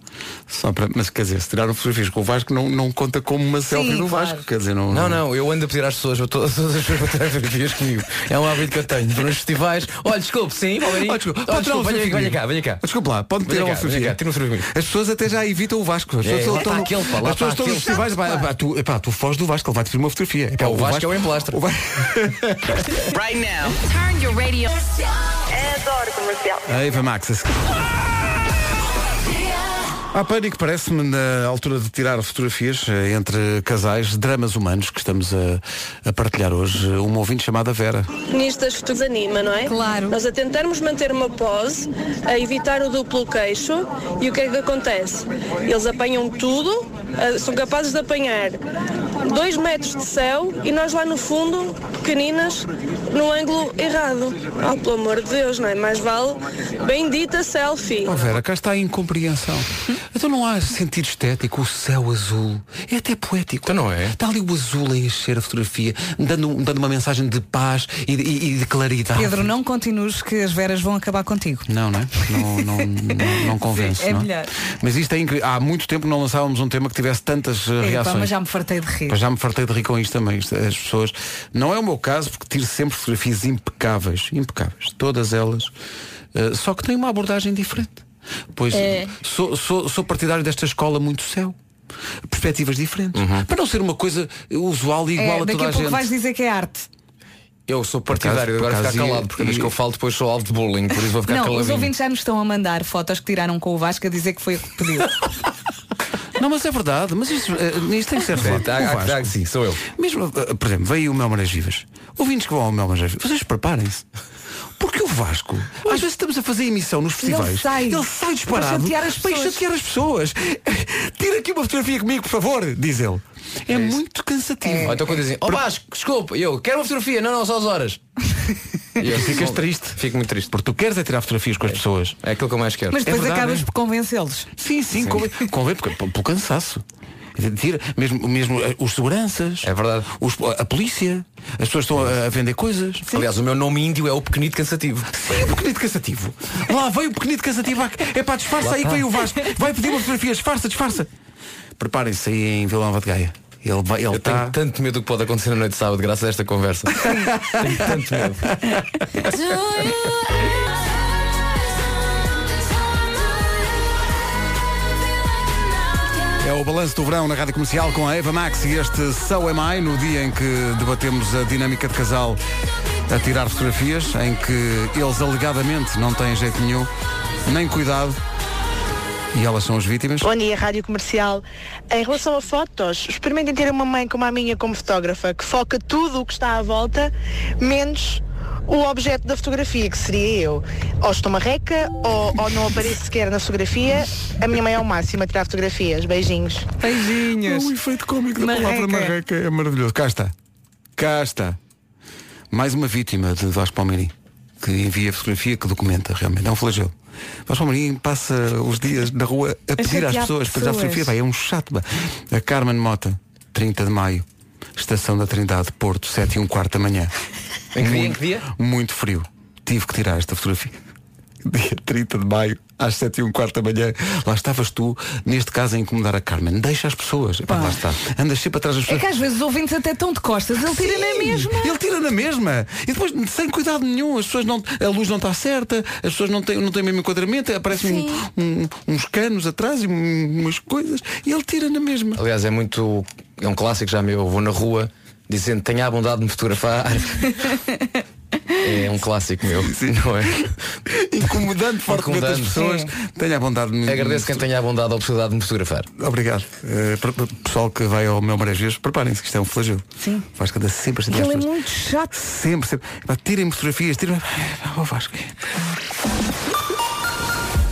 Só para, mas quer dizer, se tiraram fotografias com o Vasco não, não conta como uma selfie do Vasco. Quer dizer, não, Não, não, eu ando a pedir às pessoas, eu tô- todas as pessoas para tirar fotografias comigo. É um hábito que eu tenho. Vou nos festivais. Olha, desculpe, sim, Valerinho. Oh, desculpe, Oh, pode tirar uma desculpe, venha, fotografia venha comigo? cá, venha cá. Desculpe lá, pode Venha tirar uma cá, venha fotografia. cá, tira uma fotografia comigo. As pessoas até já evitam o Vasco. As É, pessoas lá estão está no- aquele, pá, lá as pessoas está estão nos aquele. festivais, pá, pá, tu, pá, tu foges do Vasco, ele vai te pedir uma fotografia. Epá, o Vasco é um emplastro. Right now. Turn your radio. Adoro comercial. A Eva Max. a seguir. Há pânico, parece-me, na altura de tirar fotografias eh, entre casais, dramas humanos que estamos a, a partilhar hoje. Uma ouvinte chamada Vera. Nisto das fotos anima, não é? Claro. Nós a tentarmos manter uma pose, a evitar o duplo queixo e o que é que acontece? Eles apanham tudo, ah, são capazes de apanhar dois metros de céu e nós lá no fundo, pequeninas, no ângulo errado. Ah, pelo amor de Deus, não é? Mais vale bendita selfie. Oh Vera, cá está a incompreensão. Então não há sentido estético, o céu azul. É até poético. Então não é? Está ali o azul a encher a fotografia, dando, dando uma mensagem de paz e de, e- e de claridade. Pedro, não continues que as veras vão acabar contigo. Não, não é? Não, não, não, não convence. Sim, é não melhor. Mas isto é incrível. Há muito tempo não lançávamos um tema que tivesse tantas eh, Epá, reações. mas já me fartei de rir. Mas já me fartei de rir com isto também. Isto, As pessoas. Não é o meu caso, porque tiro sempre fotografias impecáveis. Impecáveis. Todas elas. eh, só que tem uma abordagem diferente. Pois É. sou, sou, sou partidário desta escola muito céu. Perspectivas diferentes. Uhum. Para não ser uma coisa usual e igual é, a daqui toda a, pouco gente. vais dizer que é arte. Eu sou acaso- partidário de por agora ficar acaso ia- calado, porque cada vez que eu falo depois sou alvo de bullying, por isso vou ficar não, os caladinho. ouvintes já nos estão a mandar fotos que tiraram com o Vasco a dizer que foi o que pediu. É Não, mas é verdade. Mas isto, eh, isto tem que ser refletido. tá, há- O há- Vasco. há- sim, sou eu. Mesmo, eh, por exemplo, veio o Mel Marés Vivas. Ouvintes que vão ao Mel Marés Vivas, vocês preparem-se. Porque o Vasco, às vezes estamos a fazer emissão nos festivais. Ele sai. ele sai disparado. Para chatear as para ir pessoas. chatear as pessoas. Tira aqui uma fotografia comigo, por favor, diz ele. É, muito cansativo. É. Ou então quando dizem, ó Vasco, desculpa, eu quero uma fotografia, não, não, só as horas. E eu, Ficas "Não, triste. Fico muito triste. Porque tu queres é tirar fotografias com as pessoas. É aquilo que eu mais quero. Mas depois verdade, acabas é? por convencê-los. Sim, sim, convém, convém porque, pelo pelo cansaço. Tira, mesmo, mesmo eh, os seguranças. É verdade. a polícia. As pessoas estão a, a vender coisas. Aliás, o meu nome índio é o Pequenito Cansativo. Sim, o Pequenito Cansativo. Lá veio o Pequenito Cansativo. à- É pá, disfarça Lá aí que está. veio o Vasco. Vai pedir uma fotografia. Disfarça, disfarça. Preparem-se aí em Vila Nova de Gaia. Ele vai, ele tá eu tenho tanto medo do que pode acontecer na noite de sábado, graças a esta conversa. tenho tanto medo. É o balanço do verão na Rádio Comercial com a Eva Max e este So Am I, no dia em que debatemos a dinâmica de casal a tirar fotografias, em que eles alegadamente não têm jeito nenhum, nem cuidado, e elas são as vítimas. Bom dia, Rádio Comercial. Em relação a fotos, experimentem ter uma mãe como a minha como fotógrafa, que foca tudo o que está à volta, menos o objeto da fotografia, que seria eu. Ou estou marreca, ou, ou não apareço sequer na fotografia. A minha mãe é o máximo a tirar fotografias. Beijinhos. Beijinhos. O efeito cómico da palavra marreca é maravilhoso. Cá está. Cá está. Mais uma vítima de Vasco Palmeirim, que envia fotografia que documenta realmente. É um flagelo. Vasco Palmeirim passa os dias na rua a A pedir às chatear pessoas para tirar pessoas. fotografia. Pá, é um chato. pá. A Carmen Mota, 30 de maio, Estação da Trindade, Porto, 7 e um quarto da manhã. Em que dia, em Muito- que dia? Muito frio. Tive que tirar esta fotografia. Dia 30 de maio, às 7 e um quarto da manhã, lá estavas tu, neste caso, a incomodar a Carmen. Deixa as pessoas. Epá, lá está. Andas sempre atrás das É pessoas. que às vezes os ouvintes até estão de costas, ele tira na mesma. Ele tira na mesma. E depois, sem cuidado nenhum, as pessoas não. A luz não está certa, as pessoas não têm, não têm o mesmo enquadramento, aparecem um- um- uns canos atrás e um- umas coisas. E ele tira na mesma. Aliás, é muito. É um clássico já meu. Eu vou na rua dizendo tenha a bondade de me fotografar. é um clássico meu. Não é? Incomodando fortemente as pessoas. Tenha a bondade de me Agradeço quem tenha a bondade ou a possibilidade de me fotografar. Obrigado. Eh, pro- pro- pessoal que vai ao meu várias vezes, preparem-se que isto é um flagelo. Sim. Vasco anda sempre a chatear as Ele é pessoas. muito chato. Sempre, sempre. Pá, Tirem-me fotografias, tirem-me. Oh, Vasco.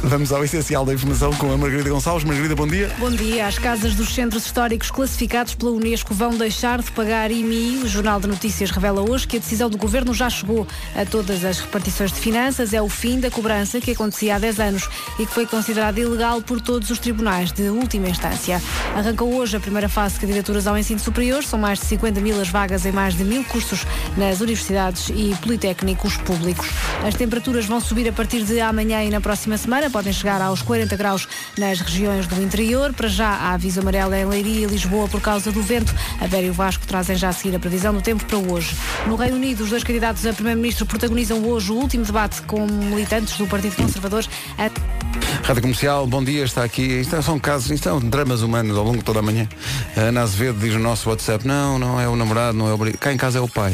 Vamos ao essencial da informação com a Margarida Gonçalves. Margarida, bom dia. Bom dia. As casas dos centros históricos classificados pela Unesco vão deixar de pagar IMI. O Jornal de Notícias revela hoje que a decisão do governo já chegou a todas as repartições de finanças. É o fim da cobrança que acontecia há 10 anos e que foi considerada ilegal por todos os tribunais de última instância. Arrancou hoje a primeira fase de candidaturas ao ensino superior. São mais de 50 mil as vagas em mais de mil cursos nas universidades e politécnicos públicos. As temperaturas vão subir a partir de amanhã e na próxima semana. podem chegar aos 40 graus nas regiões do interior. Para já há aviso amarelo é em Leiria e Lisboa por causa do vento. A Vera e o Vasco trazem já a seguir a previsão do tempo para hoje. No Reino Unido, os dois candidatos a primeiro-ministro protagonizam hoje o último debate com militantes do Partido Conservador. A- Rádio Comercial, bom dia, está aqui. Isto é são casos, isto são dramas humanos ao longo de toda a manhã. A Ana Azevedo diz no nosso WhatsApp, não, não é o namorado, não é o marido. Cá em casa é o pai.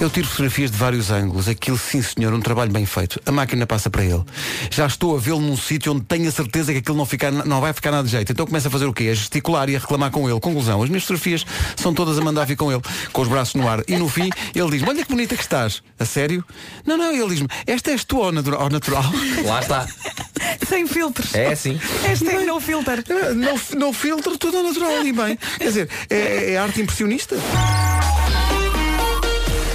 Eu tiro fotografias de vários ângulos. Aquilo, sim senhor, um trabalho bem feito. A máquina passa para ele. Já estou a vê-lo num sítio onde tenho a certeza que aquilo não, fica, não vai ficar nada de jeito. Então começa a fazer o quê? A gesticular e a reclamar com ele. Conclusão, as minhas fotografias são todas a mandar vir com ele, com os braços no ar. E no fim, ele diz, olha que bonita que estás. A sério? Não, não, ele diz-me, esta és tu ao natura- ao natural. Lá está. Sem filtros. É assim. Esta é não filter. Ah, Não, não filtro, tudo ao natural e bem. Quer dizer, é, é arte impressionista.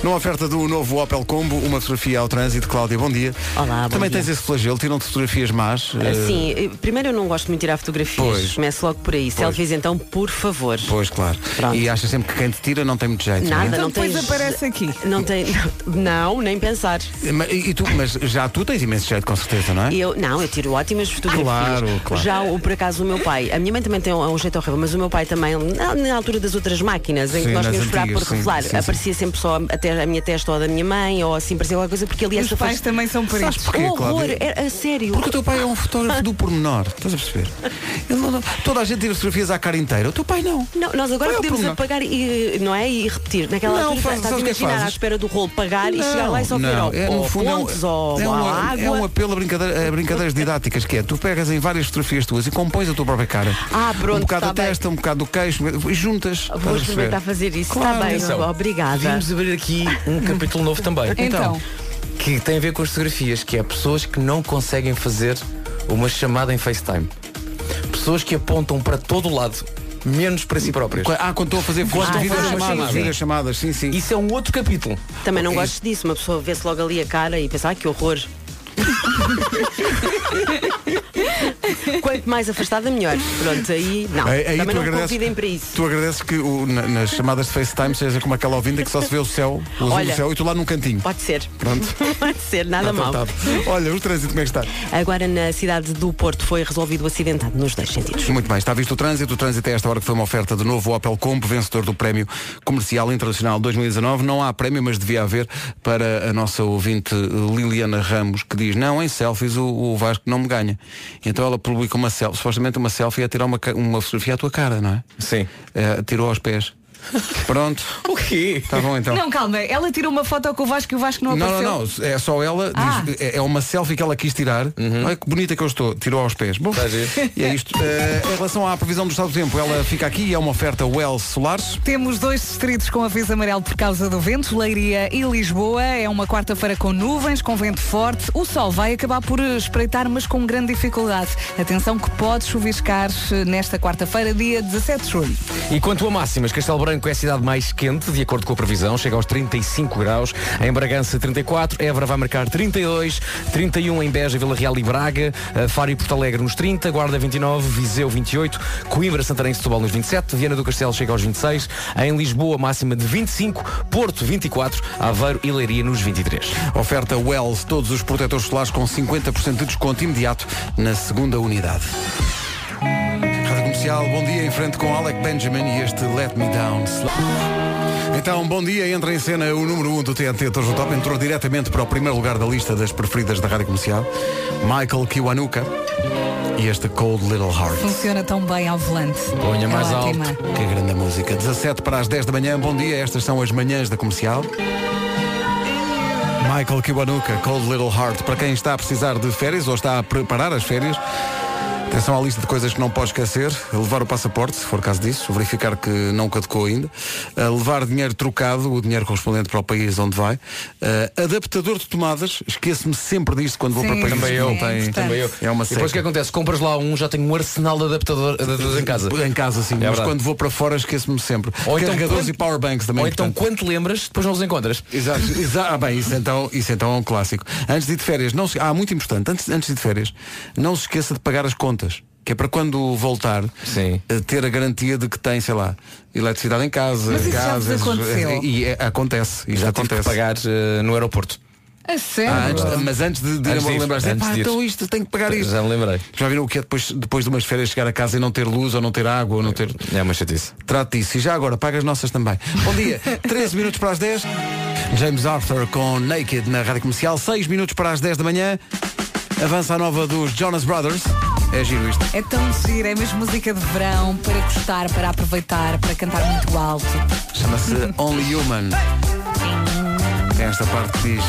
Numa oferta do novo Opel Combo, uma fotografia ao trânsito. Cláudia, bom dia. Olá, bom Também dia. tens esse flagelo, tiram-te fotografias más. eh, Sim, eh, primeiro eu não gosto muito de tirar fotografias. Pois. Começo logo por aí. Selfies então, por favor. Pois, claro. E achas sempre que quem te tira não tem muito jeito. Nada, não Então é? não tem. aparece aqui. Não tem. Não, nem pensar. Mas, e tu, mas já tu tens imenso jeito, com certeza, não é? Eu, não, eu tiro ótimas fotografias. Claro, claro. Já, o, por acaso, o meu pai, a minha mãe também tem um, um jeito horrível, mas o meu pai também, na, na altura das outras máquinas, em Sim, que nós nas tínhamos esperar por antigas, sim, revelar, sim, sim. aparecia sempre só até a minha testa ou a da minha mãe, ou assim, parecia alguma coisa, porque ali Os essa pais faz- também são Sabes peritos. que Porquê, horror, Cláudia? é, é sério. Porque o teu pai é um fotógrafo do pormenor, estás a perceber? Ele não- não- toda a gente tira fotografias à cara inteira. O teu pai não. Não, nós agora Qual é o podemos problema? apagar e, não é, e repetir. Naquela Não, altura faz- estás a sabes o que é que imaginar à fazes? espera do rolo pagar e chegar lá e só ver não, ao, é, no ao fundo, é um- pontos, ao, é um- à água. É um apelo a, brincadeira, a brincadeiras didáticas que é, tu pegas em várias fotografias tuas e compões a tua própria cara. Ah, um pronto, bocado tá da testa, um bocado do queixo, e juntas. estás a Vou perceber? experimentar fazer isso. Claro. Está bem, Atenção. obrigada. Vimos abrir aqui um capítulo novo também. Então. Que tem a ver com as fotografias, que é pessoas que não conseguem fazer uma chamada em FaceTime. Pessoas que apontam para todo o lado, menos para si próprias. Ah, quando estou a fazer Quando então vídeo é fazes uma chamada. chamadas, sim, sim. Isso é um outro capítulo. Também não Isso- gosto disso. Uma pessoa vê-se logo ali a cara e pensa, ah, que horror. Quanto mais afastada, melhor. Pronto, aí não. Aí- aí Também tu não agradeces- convidem para isso. Tu agradeces que o- na- nas chamadas de FaceTime seja como aquela ouvinte que só se vê o céu, o azul Olha, do céu, e tu lá num cantinho. Pode ser. Pronto. Pode ser, nada mal. Então tá. Olha, o trânsito como é que está? Agora na cidade do Porto foi resolvido o acidentado nos dois sentidos. Muito bem, está visto o trânsito. O trânsito é esta hora que foi uma oferta de novo Opel Combo, vencedor do Prémio Comercial Internacional 2019. Não há prémio, mas devia haver para a nossa ouvinte Liliana Ramos, que diz, não, em selfies o, o Vasco não me ganha. Então ela publica uma selfie, supostamente uma selfie é tirar uma, ca- uma fotografia à tua cara, não é? Sim. tirou aos pés. Pronto. o quê? Está bom então. Não, calma, ela tirou uma foto com o Vasco e o Vasco não Não, não, apareceu. não, é só ela, Ah. diz- é é uma selfie que ela quis tirar. Olha que bonita que eu estou, tirou aos pés. Bom, e é isto. Eh, em relação à previsão do estado do tempo, ela fica aqui e é uma oferta Wells Solares. Temos dois distritos com aviso amarelo por causa do vento, Leiria e Lisboa. É uma quarta-feira com nuvens, com vento forte. O sol vai acabar por espreitar, mas com grande dificuldade. Atenção que pode chuviscar eh, nesta quarta-feira, dia 17 de julho. E quanto a máximas, Castelo Branco é a cidade mais quente, de acordo com a previsão, chega aos 35 graus, em Bragança 34, Évora vai marcar 32, 31 em Beja, Vila Real e Braga, eh, Faro e Porto Alegre nos 30, Guarda 29, Viseu 28, Coimbra, Santarém e Setúbal nos 27, Viana do Castelo chega aos 26, em Lisboa máxima de 25, Porto 24, Aveiro e Leiria nos 23. Oferta Wells, todos os protetores solares com 50% de desconto imediato na segunda unidade. Rádio Comercial, bom dia em frente com Alec Benjamin e este Let Me Down. Então, bom dia, entra em cena o número 1 um do TNT Todos no Top, entrou diretamente para o primeiro lugar da lista das preferidas da Rádio Comercial, Michael Kiwanuka e este Cold Little Heart. Funciona tão bem ao volante. Ponha É mais ótima. alto. Que grande música. 17 para as 10 da manhã. Bom dia, estas são as manhãs da comercial. Michael Kiwanuka, Cold Little Heart. Para quem está a precisar de férias ou está a preparar as férias, atenção à lista de coisas que não pode esquecer. Levar o passaporte, se for caso disso, verificar que não caducou ainda. Ah, levar dinheiro trocado, o dinheiro correspondente para o país onde vai. Ah, adaptador de tomadas, esqueço-me sempre disto quando vou para países também eu, que não têm. também eu. É uma E depois o que seca. acontece? Compras lá um, já tenho um arsenal de adaptador, adaptadores em casa. Em casa, sim, É mas verdade. quando vou para fora esqueço-me sempre. Ou então Carregadores quando- e powerbanks também. Ou então portanto. quando te lembras, depois não os encontras. Exato, exato. Ah, bem, isso então, isso então é um clássico. Antes de ir de férias, não se, ah, muito importante, antes, antes de ir de férias, não se esqueça de pagar as contas. Que é para quando voltar eh, ter a garantia de que tem, sei lá, eletricidade em casa, Mas isso já vos gases, aconteceu? eh, e é- acontece. Isto Já tive que acontece. pagar eh, no aeroporto. A sério? Ah, antes- mas antes de, de Antes lembrar- disso, lembrar-se, antes "Epá, disso." então isto, tenho que pagar isto. Já me lembrei. Já viram o que é depois, depois de umas férias chegar a casa e não ter luz ou não ter água ou não ter. É uma chatice. Trate disso. E já agora, paga as nossas também. Bom dia, 13 minutos para as 10. James Arthur com Naked na rádio comercial, 6 minutos para as 10 da manhã. Avança a nova dos Jonas Brothers. É giro isto. É tão giro, é mesmo música de verão para gostar, para aproveitar, para cantar muito alto. Chama-se Only Human. Tem esta parte que diz.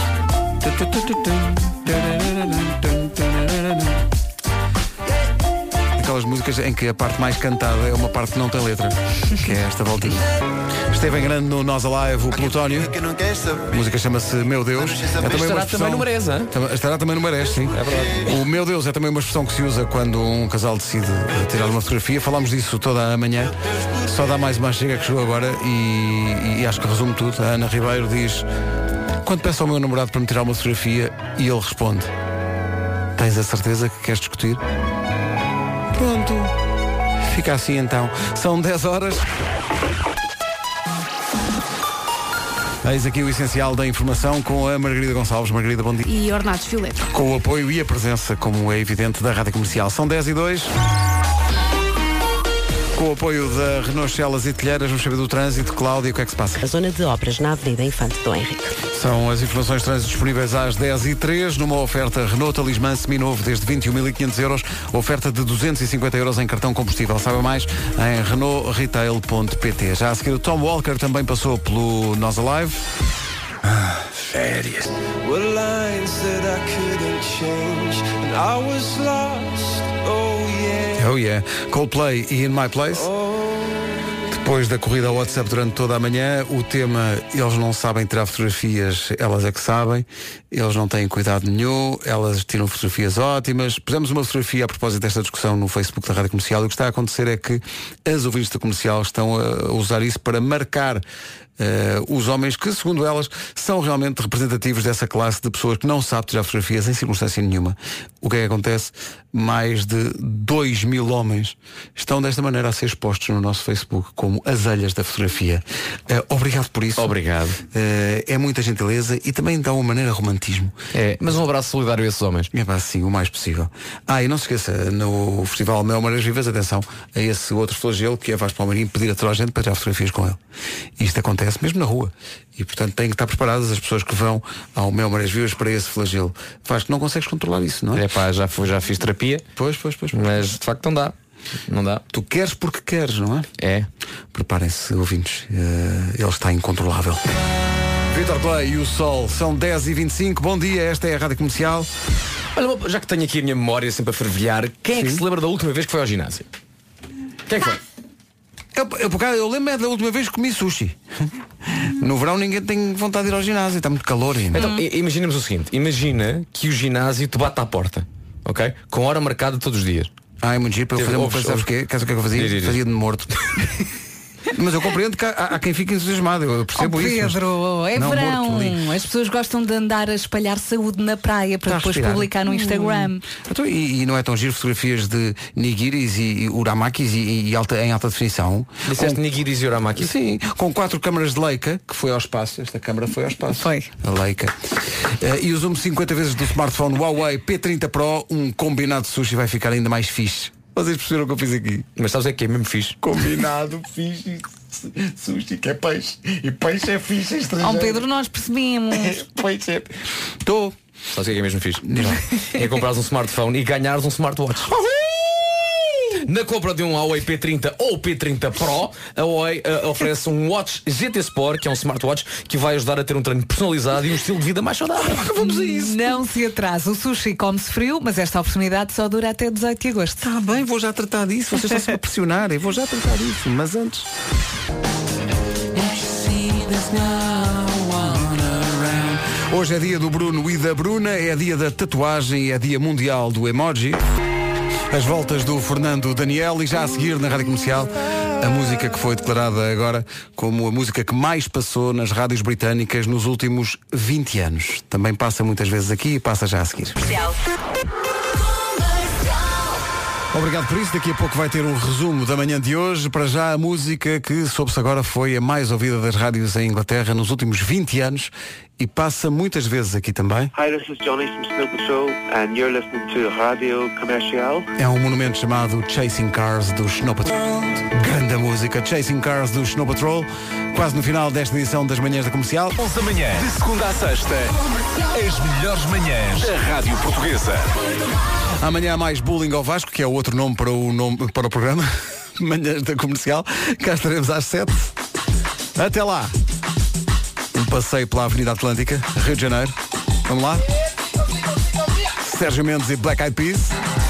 Aquelas músicas em que a parte mais cantada é uma parte que não tem letra, que é esta voltinha. Esteve em grande no Nós Alive, o Plutónio. A música chama-se Meu Deus. É Estará também no Marés, hã? Tam- Estará também no Marés, sim. É verdade. O Meu Deus é também uma expressão que se usa quando um casal decide tirar uma fotografia. Falámos disso toda a manhã. Só dá mais uma chega que chegou agora e, e acho que resume tudo. A Ana Ribeiro diz, quando peço ao meu namorado para me tirar uma fotografia e ele responde, tens a certeza que queres discutir? Pronto. Fica assim então. São 10 horas. Eis aqui o essencial da informação com a Margarida Gonçalves. Margarida, bom dia. E ornados violetos. Com o apoio e a presença, como é evidente, da Rádio Comercial. São 10 e 2. Com o apoio da Renault Celas e Telheiras, vamos saber do trânsito. Cláudia, o que é que se passa? A zona de obras na Avenida Infante Dom Henrique. São as informações de trânsito disponíveis às 10 e 3 numa oferta Renault Talismã seminovo desde 21.500 euros, oferta de 250 euros em cartão combustível. Saiba mais em renaultretail.pt. Já a seguir o Tom Walker também passou pelo Nós Alive. Ah, férias. were lines that I couldn't change, and I was lost. Oh yeah. Oh yeah. Coldplay e In My Place. Depois da corrida ao WhatsApp durante toda a manhã, o tema eles não sabem tirar fotografias, elas é que sabem, eles não têm cuidado nenhum, elas tiram fotografias ótimas. Pusemos uma fotografia a propósito desta discussão no Facebook da Rádio Comercial e o que está a acontecer é que as ouvintes da comercial estão a usar isso para marcar eh, os homens que, segundo elas, são realmente representativos dessa classe de pessoas que não sabem tirar fotografias em circunstância nenhuma. O que é que acontece? Mais de 2 mil homens estão desta maneira a ser expostos no nosso Facebook como as alhas da fotografia. Eh, obrigado por isso. Obrigado. é muita gentileza e também dá uma maneira romantismo. É, mas um abraço solidário a esses homens. É pá, sim, o mais possível. Ah, e não se esqueça, no Festival Mel Marés Vivas, atenção a esse outro flagelo que é Vasco Palmeirinho pedir a toda a gente para tirar fotografias com ele. Isto acontece mesmo na rua. E, portanto, têm que estar preparadas as pessoas que vão ao Mel Marés Vivas para esse flagelo. Vasco, não consegues controlar isso, não é? É pá, já, fui, já fiz terapia. Pois, pois, pois. Mas de facto não dá. Não dá. Tu queres porque queres, não é? É. Preparem-se, ouvintes. eh, ele está incontrolável. Vitor Clay e o Sol são 10h25. Bom dia, esta é a Rádio Comercial. Olha, uma- já que tenho aqui a minha memória sempre a fervilhar, quem é que se lembra da última vez que foi ao ginásio? Quem é que foi? Eu, eu, por acaso, eu lembro é da última vez que comi sushi. No verão ninguém tem vontade de ir ao ginásio, está muito calor ainda. Então, i- imaginemos o seguinte, imagina que o ginásio te bate à porta, ok? Com hora marcada todos os dias. Ah, é muito giro para eu fazer uma coisa, sabes o quê? Sabes o que é que eu fazia? Fazia de morto. Mas eu compreendo que há, há quem fique entusiasmado, eu percebo Oh, isso. mas- Pedro, é Não, verão. morto ali. As pessoas gostam de andar a espalhar saúde na praia para Está a depois respirar. publicar no Instagram. Hum. Então, e, e não é tão giro fotografias de nigiris e, e uramakis e, e alta, em alta definição? Disseste Com- nigiris e uramaki. Sim, com quatro câmaras de Leica, que foi ao espaço, esta câmara foi ao espaço. Foi. A Leica. Eh, e o zoom 50 vezes do smartphone Huawei P30 Pro, um combinado de sushi vai ficar ainda mais fixe. Vocês perceberam o que eu fiz aqui? Mas sabes é que é mesmo fixe? Combinado, fixe, su- sushi, que é peixe. E peixe é fixe é Oh, estrangeiro. Pedro, nós percebemos. Peixe é... Estou. Sabes o que é que é mesmo fixe? É comprares um smartphone e ganhares um smartwatch. Na compra de um Huawei P30 ou P30 Pro, a Huawei eh, oferece um Watch GT Sport, que é um smartwatch que vai ajudar a ter um treino personalizado e um estilo de vida mais saudável. Ah, Vamos a isso. Não se atrasa. O sushi come-se frio, mas esta oportunidade só dura até 18 de agosto. Está bem, vou já tratar disso. Vocês estão-se a pressionar. Eu vou já tratar disso. Mas antes. Hoje é dia do Bruno e da Bruna, é dia da tatuagem e é dia mundial do emoji. As voltas do Fernando Daniel e já a seguir na Rádio Comercial a música que foi declarada agora como a música que mais passou nas rádios britânicas nos últimos 20 anos. Também passa muitas vezes aqui e passa já a seguir. Obrigado por isso. Daqui a pouco vai ter um resumo da manhã de hoje. Para já, a música que soube-se agora foi a mais ouvida das rádios em Inglaterra nos últimos 20 anos e passa muitas vezes aqui também. Hi, this is Johnny from Snow Patrol, and you're listening to Radio Comercial. É um monumento chamado Chasing Cars do Snow Patrol. Grande música, Chasing Cars do Snow Patrol. Quase no final desta edição das manhãs da comercial. 11 da manhã, de segunda à sexta, as melhores manhãs da Rádio Portuguesa. Amanhã há mais bullying ao Vasco, que é o outro nome para o, nome, para o programa. Manhãs da comercial. Cá estaremos às 7. Até lá. Um passeio pela Avenida Atlântica, Rio de Janeiro. Vamos lá? Sérgio Mendes e Black Eyed Peas.